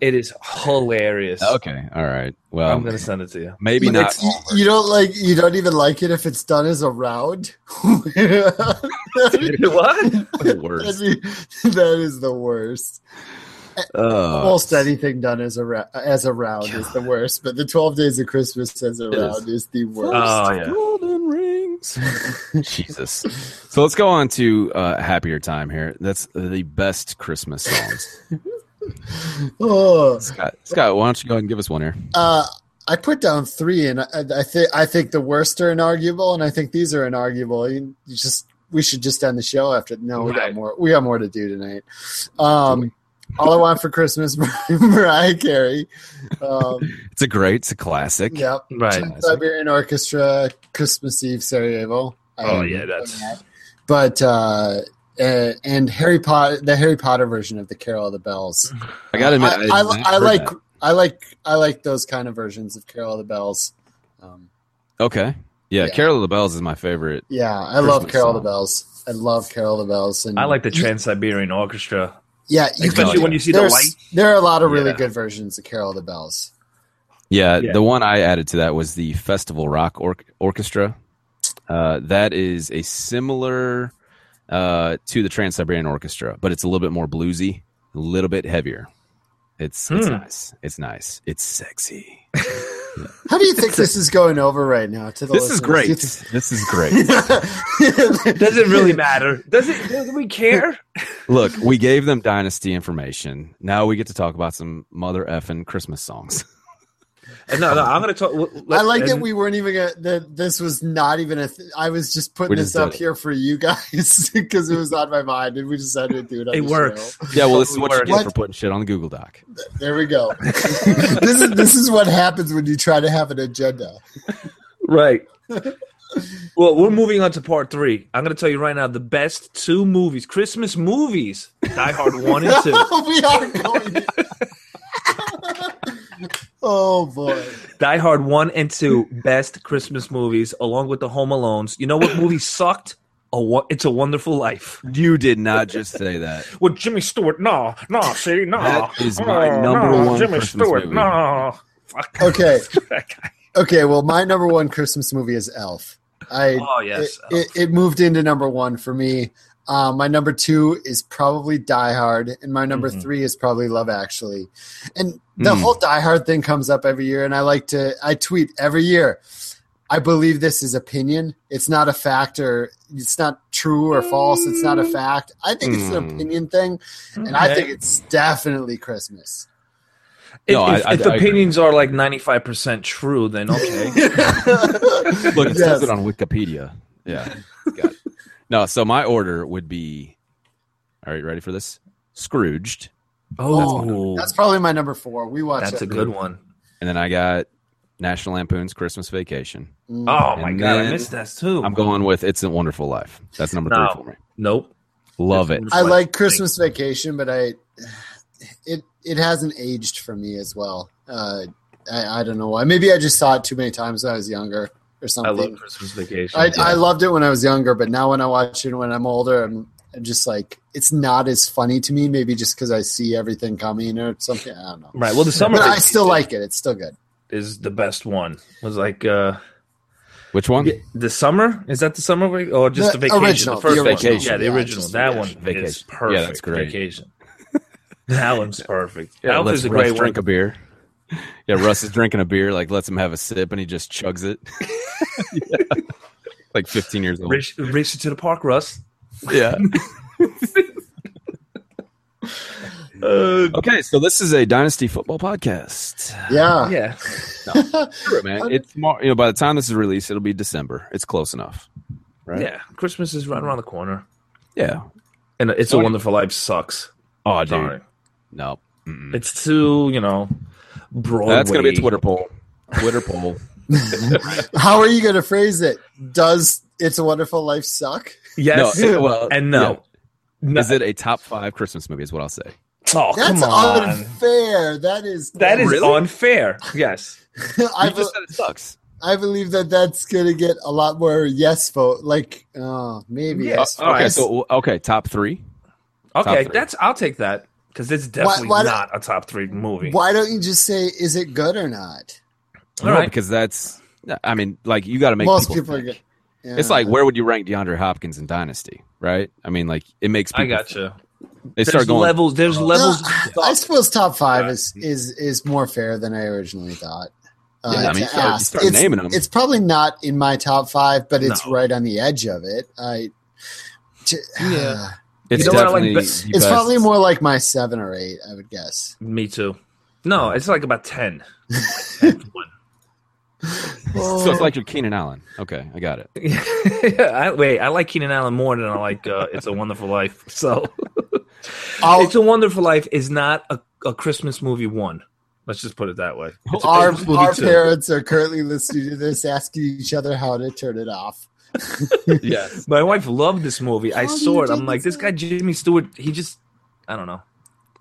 B: It is hilarious.
A: Okay, all right.
B: I'm
A: Well,
B: gonna send it to you.
A: maybe
C: But
A: not.
C: it's- you, you don't like you don't even like it if it's done as a round.
B: what?
A: the worst.
C: That'd be- that is the worst.
A: Oh,
C: Almost anything done as a ra- as a round is the worst, but the twelve days of Christmas as a
A: is.
C: round is the worst.
B: Oh, yeah.
A: golden rings. Jesus. So let's go on to uh, happier time here. That's the best Christmas songs.
C: oh,
A: Scott, Scott, why don't you go ahead and give us one here?
C: uh, I put down three, and I, I think I think the worst are inarguable, and I think these are inarguable. You, you just we should just end the show after. No, we got
B: Right.
C: more. We got more to do tonight. Um, all I want for Christmas, Mariah Carey. Um,
A: It's a great, it's a classic.
C: yep.
B: Right.
A: Classic.
C: Siberian Orchestra, Christmas Eve, Sarajevo. I
B: Oh
C: am
B: yeah,
C: doing
B: that's
C: that. But uh, uh, and Harry Potter, the Harry Potter version of the Carol of the Bells.
A: I gotta admit,
C: I, I,
A: had not
C: I
A: heard
C: like,
A: that.
C: I like, I like those kind of versions of Carol of the Bells. Um,
A: Okay. Yeah,
C: Yeah.
A: Carol of the Bells is my favorite.
C: yeah, I love
A: Christmas
C: Carol of
A: song.
C: the Bells. I love Carol of the Bells. And
B: I like the Trans Siberian Orchestra,
C: yeah, you can-
B: especially when you see the
C: there's-
B: light.
C: There are a lot of really
B: Yeah.
C: good versions of Carol of the Bells.
A: Yeah,
B: Yeah.
A: the one I added to that was the Festival Rock or- Orchestra. Uh, that is a similar uh, to the Trans Siberian Orchestra, but it's a little bit more bluesy, a little bit heavier. It's it's
B: Hmm.
A: nice. It's nice. It's sexy.
C: How do you think this is going over right now? To the
A: This is great.
C: listeners?
A: This is great.
B: Does it really matter? Does it? Do we care?
A: Look, we gave them dynasty information. Now we get to talk about some mother effing Christmas songs.
B: And no, no, I'm going to talk.
C: I like that
B: and-
C: we weren't even gonna, that this was not even a. Th- I was just putting
A: We
C: this
A: just did
C: up
A: it.
C: here for you guys because it was on my mind, and we decided to do it. On
B: It
C: the
B: works.
A: Yeah, well, this is
B: It
A: what you
B: works.
A: get
C: What?
A: for putting shit on the Google Doc.
C: show. There we go. this is this is what happens when you try to have an agenda.
B: Right. well, we're moving on to part three. I'm going to tell you right now the best two movies, Christmas movies, Die Hard 1 and 2.
C: we are going. oh boy!
B: Die Hard 1 and 2, best Christmas movies, along with the Home Alones. You know what movie sucked? A Wo- it's a Wonderful Life.
A: You did not just say that.
B: With Jimmy Stewart, no, no, see, no.
A: That is my number one
B: Jimmy
A: Christmas
B: Stewart,
A: movie.
B: no. Fuck.
C: Okay.
B: That guy.
C: Okay, well, my number one Christmas movie is Elf. I
B: Oh, yes.
C: it, it, it moved into number one for me. Uh, my number two is probably Die Hard, and my number
B: Mhm.
C: three is probably Love Actually. And the
A: Mm.
C: whole Die Hard thing comes up every year, and I like to I tweet every year. I believe this is opinion. It's not a fact or it's not true or false. It's not a fact. I think it's an
A: Mm.
C: opinion thing, and I
B: Mm. Okay.
C: think it's definitely Christmas.
B: If,
A: No, I-
B: if,
A: I-
B: if
A: I agree.
B: opinions are like 95% true, then okay.
A: Look, it says
C: Yes.
A: it on Wikipedia. Yeah. Got it. No, so my order would be. All right, ready for this? Scrooged,
B: Oh,
C: That's probably my number four. We watch
B: that's a
C: it.
B: good one.
A: and then I got National Lampoon's Christmas Vacation.
C: Mm.
B: Oh my
A: And
B: god, I
A: then
B: missed that too.
A: I'm going with It's a Wonderful Life. That's number
B: No.
A: three for me.
B: Nope.
A: Love it.
C: I like Christmas Vacation, but I it it hasn't aged for me as well. Uh, I, I don't know why. Maybe I just saw it too many times when I was younger or
B: I
C: something. I,
B: love Christmas Vacation.
C: I, loved it when I was younger, but now when I watch it when I'm older, I'm, I'm just like it's not as funny to me. Maybe just because I see everything coming or something. I don't know.
B: right. Well, the summer
C: But I
B: vacation
C: still like it. It's still good.
B: is the best one. It was like uh
A: Which one?
B: the summer. Is that the summer vac- or just the,
C: The
B: vacation?
C: original,
B: the first
C: the
B: one.
A: original.
B: Yeah, the
C: Yeah,
B: original.
C: just the
B: that one
C: original.
B: is
A: Vacation.
B: perfect.
A: Yeah, that's great.
B: Vacation. That one's perfect.
A: Yeah,
B: Elf
A: let's
B: is a
A: Russ
B: great one.
A: drink a beer. Yeah, Russ is drinking a beer. Like, lets him have a sip, and he just chugs it. Yeah. Like 15 years old.
B: Race, race it to the park, Russ.
A: Yeah.
B: Uh,
A: Okay, so this is a Dynasty Football podcast.
C: Yeah.
B: yeah.
A: Screw it,
B: Uh,
A: man. It's Mar- you know by the time this is released, it'll be December. It's close enough, right?
B: Yeah. Christmas is right around the corner.
A: Yeah.
B: And it's a
A: Sorry.
B: wonderful life sucks.
A: Oh, dude.
B: Sorry.
A: No. Mm-mm.
B: It's too, you know, broad.
A: That's gonna be a Twitter poll. Twitter poll.
C: How are you going to phrase it? Does It's a Wonderful Life suck?
B: Yes.
A: No, it- well,
B: and no. No.
A: Is it a top five Christmas movie? Is what I'll say.
B: Oh,
C: That's
B: come on.
C: unfair. That is
B: That is
A: Really?
B: unfair. Yes.
C: I
A: You just said it sucks.
C: I believe that that's going to get a lot more yes vote. Like, uh, maybe.
B: Yeah. Yes.
A: Uh, okay,
B: Alright.
A: so okay, top three. Top
B: Okay,
A: three.
B: that's I'll take that because it's definitely
C: why-
B: not a top three movie.
C: Why don't you just say, is it good or not?
B: All
A: no,
B: right.
A: because that's. I mean, like you got to make
C: Most
A: people.
C: people are
A: think.
C: good. Yeah.
A: It's like where would you rank DeAndre Hopkins in Dynasty? Right. I mean, like it makes. People,
B: I gotcha.
A: They
B: There's
A: start going.
B: levels. There's levels.
C: No, Uh, I suppose top five
B: Yeah.
C: is, is, is more fair than I originally thought. Uh,
A: Yeah, I mean,
C: to
A: you start- you
C: ask.
A: start
C: it's,
A: naming 'em.
C: It's probably not in my top five, but it's
B: No.
C: right on the edge of it. I, t-
B: Yeah.
A: It's
B: You know what I like
A: definitely.
B: best?
A: the
C: it's
A: best.
C: probably more like my seven or eight, I would guess.
B: Me too. No, it's like about ten.
A: So it's like you're Keenan Allen. Okay, I got it.
B: I, wait, I like Keenan Allen more than I like uh, It's a Wonderful Life. So,
C: I'll-
B: It's a Wonderful Life is not a, a Christmas movie. One, let's just put it that way. It's a
C: our
B: Christmas movie
C: our
B: two.
C: parents are currently listening to this, asking each other how to turn it off.
A: yes.
B: My wife loved this movie. I
C: How do
B: saw
C: you
B: it.
C: do
B: I'm like,
C: this?
B: this guy Jimmy Stewart. He just, I don't know.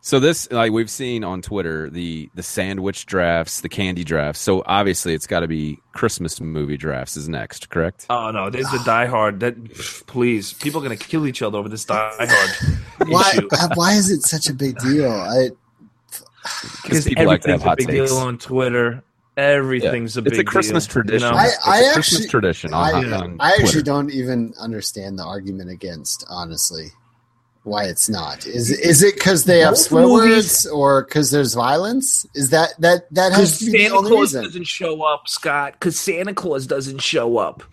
A: So this, like we've seen on Twitter, the the sandwich drafts, the candy drafts. So obviously, it's got to be Christmas movie drafts is next, correct?
B: Oh no, there's the Die Hard. That pff, please, people are gonna kill each other over this Die Hard
C: Why? uh,
B: issue
C: why is it such a big deal? I
A: Because people
B: everything's
A: like to have hot
B: a big
A: takes.
B: deal on Twitter. Everything's a big.
A: it's a Christmas
B: deal,
A: tradition.
B: You know?
C: I-
A: it's
C: I
A: a
C: actually-
A: Christmas tradition. On,
C: I,
A: on
C: I
A: Twitter.
C: actually don't even understand the argument against, honestly. Why it's not? Is is it because they have
B: Both
C: swear
B: movies-
C: words or because there's violence? Is that that that has
B: Because
C: to be the
B: Santa
C: only
B: Claus
C: reason?
B: doesn't show up, Scott. Because Santa Claus doesn't show up.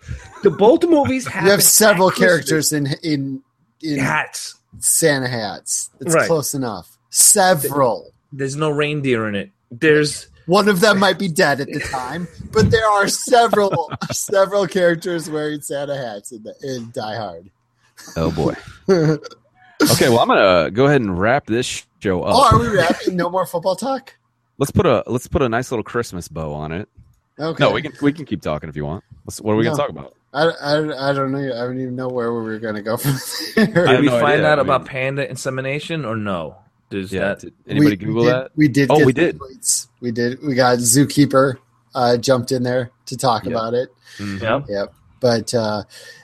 B: The both movies happen
C: You have several
B: at Christmas.
C: characters in in in
B: Hats.
C: Santa hats. It's
B: Right.
C: close enough. Several.
B: There's no reindeer in it. There's
C: One of them might be dead at the time, but there are several several characters wearing Santa hats in, the, in Die Hard.
A: Oh boy. okay, well I'm gonna go ahead and wrap this show up.
C: Oh, are we wrapping? No more football talk.
A: Let's put a let's put a nice little Christmas bow on it.
C: Okay.
A: No, we can we can keep talking if you want. Let's, what are we gonna
C: No.
A: talk about?
C: I, I, I don't know. I don't even know where we were going to go from
A: I
C: there.
B: Did
A: have
B: we
A: no
B: find
A: idea.
B: out
A: I
B: about
A: mean-
B: panda insemination or no? Does
A: Yeah.
B: that
A: Did anybody
C: we,
A: Google
C: we did,
A: that?
C: We did.
A: Oh,
C: get
A: we
C: the
A: did.
C: points. We did. We got zookeeper uh, jumped in there to talk
A: Yeah.
C: about it.
A: Mhm.
B: yeah?
C: Yep. But uh,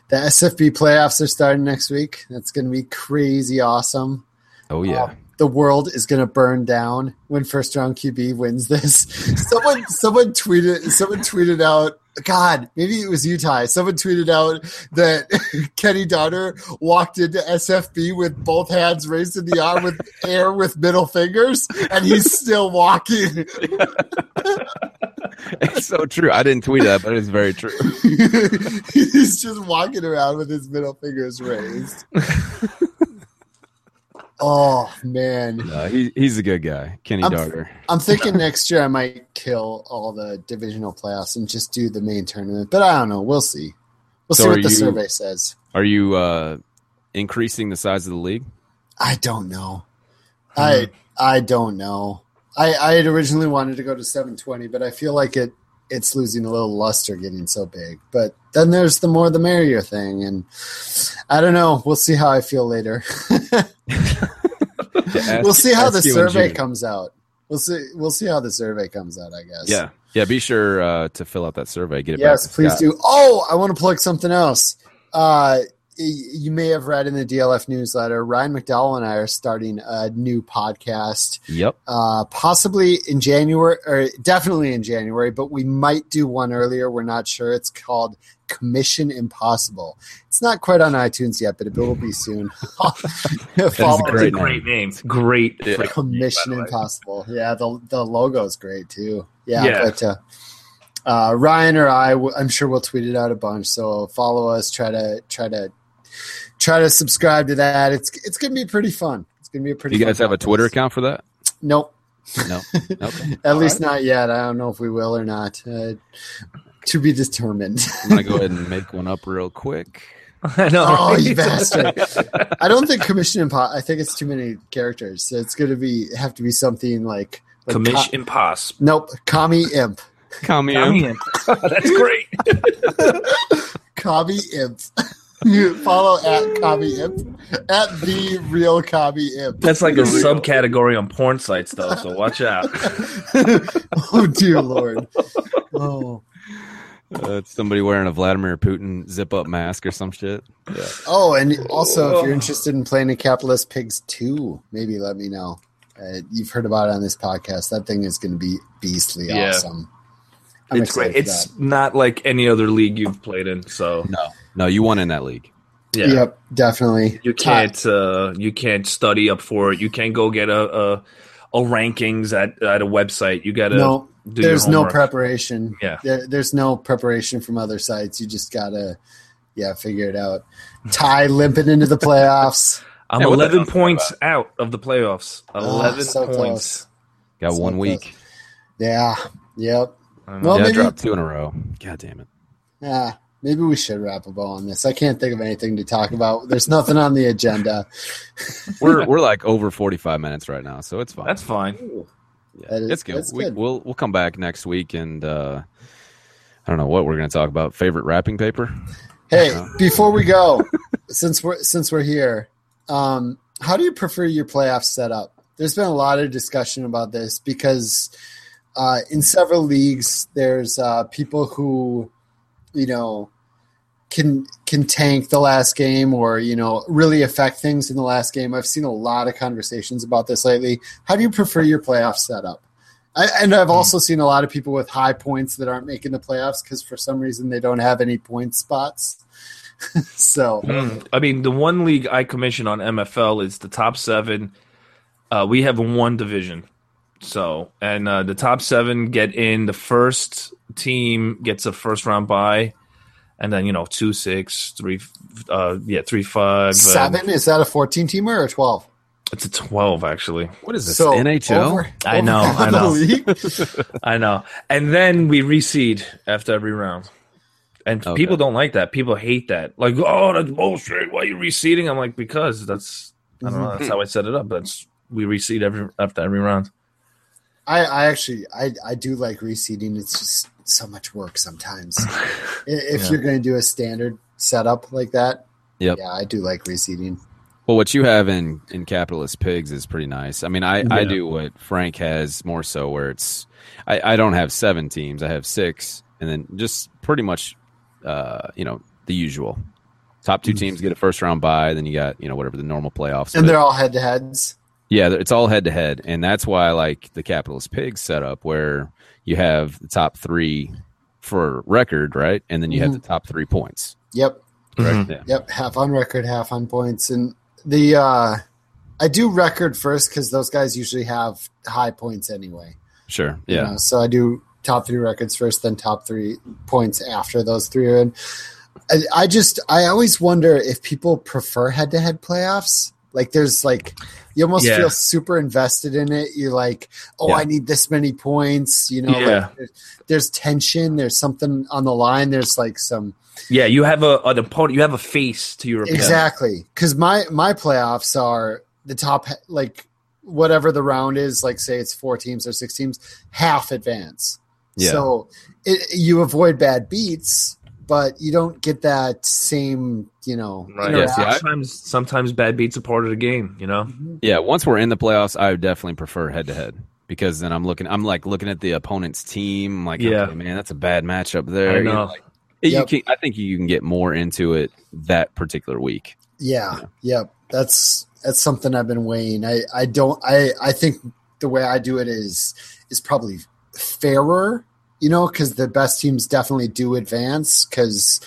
C: the SFB playoffs are starting next week. That's going to be crazy awesome.
A: Oh yeah.
C: Uh, the world is going to burn down when first round QB wins this. Someone someone tweeted someone tweeted out God, maybe it was you, Ty. Someone tweeted out that Kenny Donner walked into SFB with both hands raised in the air with air with middle fingers, and he's still walking. Oh.
A: it's so true. I didn't tweet that, but it's very true.
C: He's just walking around with his middle fingers raised. oh man.
A: No, Uh, he, he's a good guy, Kenny
C: I'm-
A: Darter.
C: I'm thinking next year I might kill all the divisional playoffs and just do the main tournament. But I don't know. We'll see. We'll
A: So
C: see
A: are
C: what the
A: you-
C: survey says.
A: Are you uh, increasing the size of the league?
C: I don't know.
A: Hmm.
C: I I don't know. I, I had originally wanted to go to 720, but I feel like it it's losing a little luster getting so big. But then there's the more the merrier thing, and I don't know. We'll see how I feel later.
A: To ask-
C: we'll see how
A: ask
C: the
A: you in
C: survey
A: June.
C: comes out. We'll see. We'll see how the survey comes out. I guess.
A: Yeah, yeah. Be sure uh, to fill out that survey. Get it. back
C: Yes,
A: to
C: please
A: Scott.
C: do. Oh, I want to plug something else. Uh, y- you may have read in the DLF newsletter, Ryan McDowell and I are starting a new podcast,
A: Yep.
C: uh, possibly in January, or definitely in January, but we might do one earlier. We're not sure. It's called Commission Impossible. It's not quite on iTunes yet, but it will be soon. Follow
B: That's
A: Great
B: a great name. Great.
A: Yeah.
B: freaking
C: Commission
B: name, by the way.
C: Impossible. Yeah, the the logo's great too. Yeah,
B: Yeah.
C: but uh, uh, Ryan or I, w- I'm sure we'll tweet it out a bunch. So follow us. Try to try to try to subscribe to that. It's it's gonna be pretty fun. It's gonna be a
A: Do
C: pretty.
A: you guys
C: fun
A: have a Twitter
C: podcast.
A: account for that?
C: Nope.
A: No. Okay.
C: At least not yet. I don't know if we will or not. Uh, to be determined.
A: I'm gonna go ahead and make one up real quick.
B: I know.
C: Oh,
B: right?
C: you bastard! I don't think Commission Impossible. I think it's too many characters. So it's gonna be have to be something like. like co-
B: Commission impossible.
C: nope. Commie Imp.
A: Come
B: I
A: in.
B: mean,
C: Oh,
B: that's great.
C: Kabi Imp. You follow at Kabi Imp at the real Kabi Imp.
B: That's like a
A: Real.
B: subcategory on porn sites, though. So watch out.
C: oh dear lord. Oh,
A: Uh, it's somebody wearing a Vladimir Putin zip up mask or some shit. Yeah.
C: oh, and also if you're interested in playing a Capitalist Pigs 2, maybe let me know. Uh, you've heard about it on this podcast. That thing is going to be beastly
B: Yeah.
C: awesome. I'm
B: It's
C: excited
B: great.
C: for
B: It's
C: that.
B: not like any other league you've played in. So
A: No. No, you won in that league.
B: yeah.
C: Yep, definitely.
B: You can't uh, you can't study up for it. You can't go get a a, a rankings at, at a website. You gotta
C: No,
B: do your
C: there's no
B: homework.
C: preparation.
B: Yeah.
C: There, there's no preparation from other sites. You just gotta, yeah, figure it out. Ty limping into the playoffs.
B: I'm
A: Yeah, what the
B: eleven
A: hell
B: points out of the playoffs. Eleven
C: Ah, so
B: points.
A: Got
C: So
A: one week.
C: close. Yeah. Yep.
B: I
C: Well,
B: know.
A: yeah, I
C: maybe-
A: dropped two in a row. God damn it.
C: Yeah. Maybe we should wrap a bow on this. I can't think of anything to talk about. There's nothing on the agenda.
A: We're we're like over 45 minutes right now, so it's fine.
B: That's fine.
A: Yeah,
C: That is-
A: it's good.
C: that's
A: we,
C: good.
A: We'll we'll come back next week and uh, I don't know what we're going to talk about. Favorite wrapping paper?
C: Hey,
A: Yeah.
C: before we go, since we're since we're here, um, how do you prefer your playoff setup? There's been a lot of discussion about this because uh, in several leagues, there's uh, people who, you know, can can tank the last game or you know really affect things in the last game. I've seen a lot of conversations about this lately. How do you prefer your playoff setup? I, and I've also seen a lot of people with high points that aren't making the playoffs because for some reason they don't have any point spots. so
B: Mm. I mean, the one league I commission on MFL is the top seven. Uh, we have one division, so and uh, the top seven get in. The first team gets a first round bye, and then you know two six three, uh, yeah three five um,
C: seven is that a fourteen teamer or twelve?
B: It's a 12, actually.
A: What is this? NHL?
C: over-
B: I know,
C: over
B: I know.
C: the league?
B: I know. And then we reseed after every round. And
A: Okay.
B: people don't like that. People hate that. Like, oh, that's bullshit. Why are you reseeding? I'm like, because that's, I don't know. That's how I set it up. That's, we reseed every, after every round.
C: I, I actually I, I do like reseeding. It's just so much work sometimes. I- if
B: Yeah.
C: you're going to do a standard setup like that,
A: Yep.
C: yeah, I do like reseeding.
A: Well, what you have in in capitalist pigs is pretty nice. I mean, I I
B: Yeah.
A: do what Frank has more so, where it's I I don't have seven teams, I have six, and then just pretty much, uh, you know, the usual. Top two teams get a first round bye, then you got you know whatever the normal playoffs.
C: Mm. And
A: But-
C: they're all head to heads.
A: yeah, it's all head to head, and that's why I like the capitalist pig setup, where you have the top three for record, right, and then you have
C: Mhm.
A: the top three points.
C: Yep.
B: Mm-hmm.
C: Mm-hmm.
A: Correct. Yeah.
C: Yep, half on record, half on points, and the uh, I do record first because those guys usually have high points anyway.
A: Sure.
C: you
A: Yeah.
C: know, so I do top three records first, then top three points after those three are in. I, I just I always wonder if people prefer head to head playoffs. Like there's like you almost
B: Yeah.
C: feel super invested in it. You're like, oh,
A: Yeah.
C: I need this many points. You know,
B: Yeah.
C: like, there's, there's tension. There's something on the line. There's like some
B: Yeah. You have a, an opponent, you have a face to your opponent.
C: Exactly, because my my playoffs are the top like whatever the round is. Like say it's four teams or six teams, half advance.
A: Yeah.
C: So it, you avoid bad beats, but you don't get that same you know.
B: Right.
A: Yeah, see, I-
B: sometimes, sometimes bad beats a part of the game, you know?
C: Mm-hmm.
A: Yeah, once we're in the playoffs, I would definitely prefer head to head because then I'm looking, I'm like looking at the opponent's team. I'm like,
B: Yeah.
A: okay, man, that's a bad matchup there.
B: I
A: You
B: know.
A: like, you
C: Yep.
A: can, I think you can get more into it that particular week.
C: Yeah, yep. That's that's something I've been weighing. I I don't I I think the way I do it is is probably fairer, you know, because the best teams definitely do advance because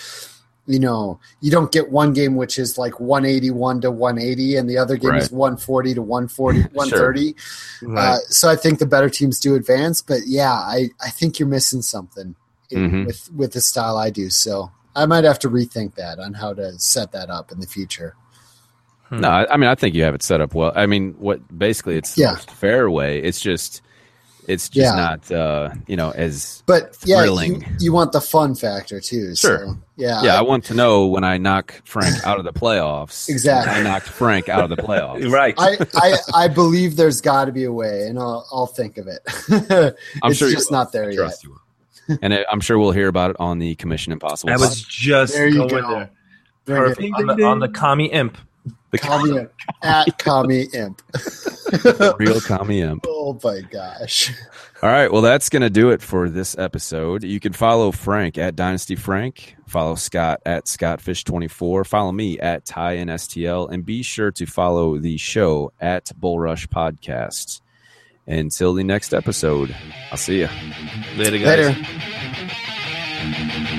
C: you know you don't get one game which is like 181 to 180 and the other game is 140 to 140 130 uh, so i think the better teams do advance but yeah i, I think you're missing something in-
A: Mhm.
C: with with the style i do so i might have to rethink that on how to set that up in the future
B: Hmm.
A: No, I, I mean, I think you have it set up well. I mean, what basically it's the
C: Yeah.
A: most fair way. It's just, it's just
C: Yeah.
A: not, uh, you know, as
C: but yeah, you,
A: Thrilling.
C: you want the fun factor too.
A: Sure.
C: So, yeah.
A: yeah. I want to know when I knock Frank out of the playoffs.
C: Exactly.
A: I knocked Frank out of the playoffs.
B: Right.
C: I, I, I believe there's got to be a way, and I'll, I'll think of it.
A: I'm
C: it's
A: sure you
C: just
A: will.
C: not there yet.
A: Trust you. And I- I'm sure we'll hear about it on the Commission Impossible.
B: I
A: podcast.
B: was just
C: There you
B: going
C: go.
B: there.
C: Bring it.
B: Perfect. On the, on the commie imp.
C: Commie Imp. at Commie Imp.
A: real commie imp.
C: oh my gosh.
A: All right, well, that's going to do it for this episode. You can follow Frank at Dynasty Frank, follow Scott at Scottfish24, follow me at Ty and STL, and be sure to follow the show at Bull Rush Podcast. Until the next episode, I'll see ya.
B: Later, guys.
C: Later.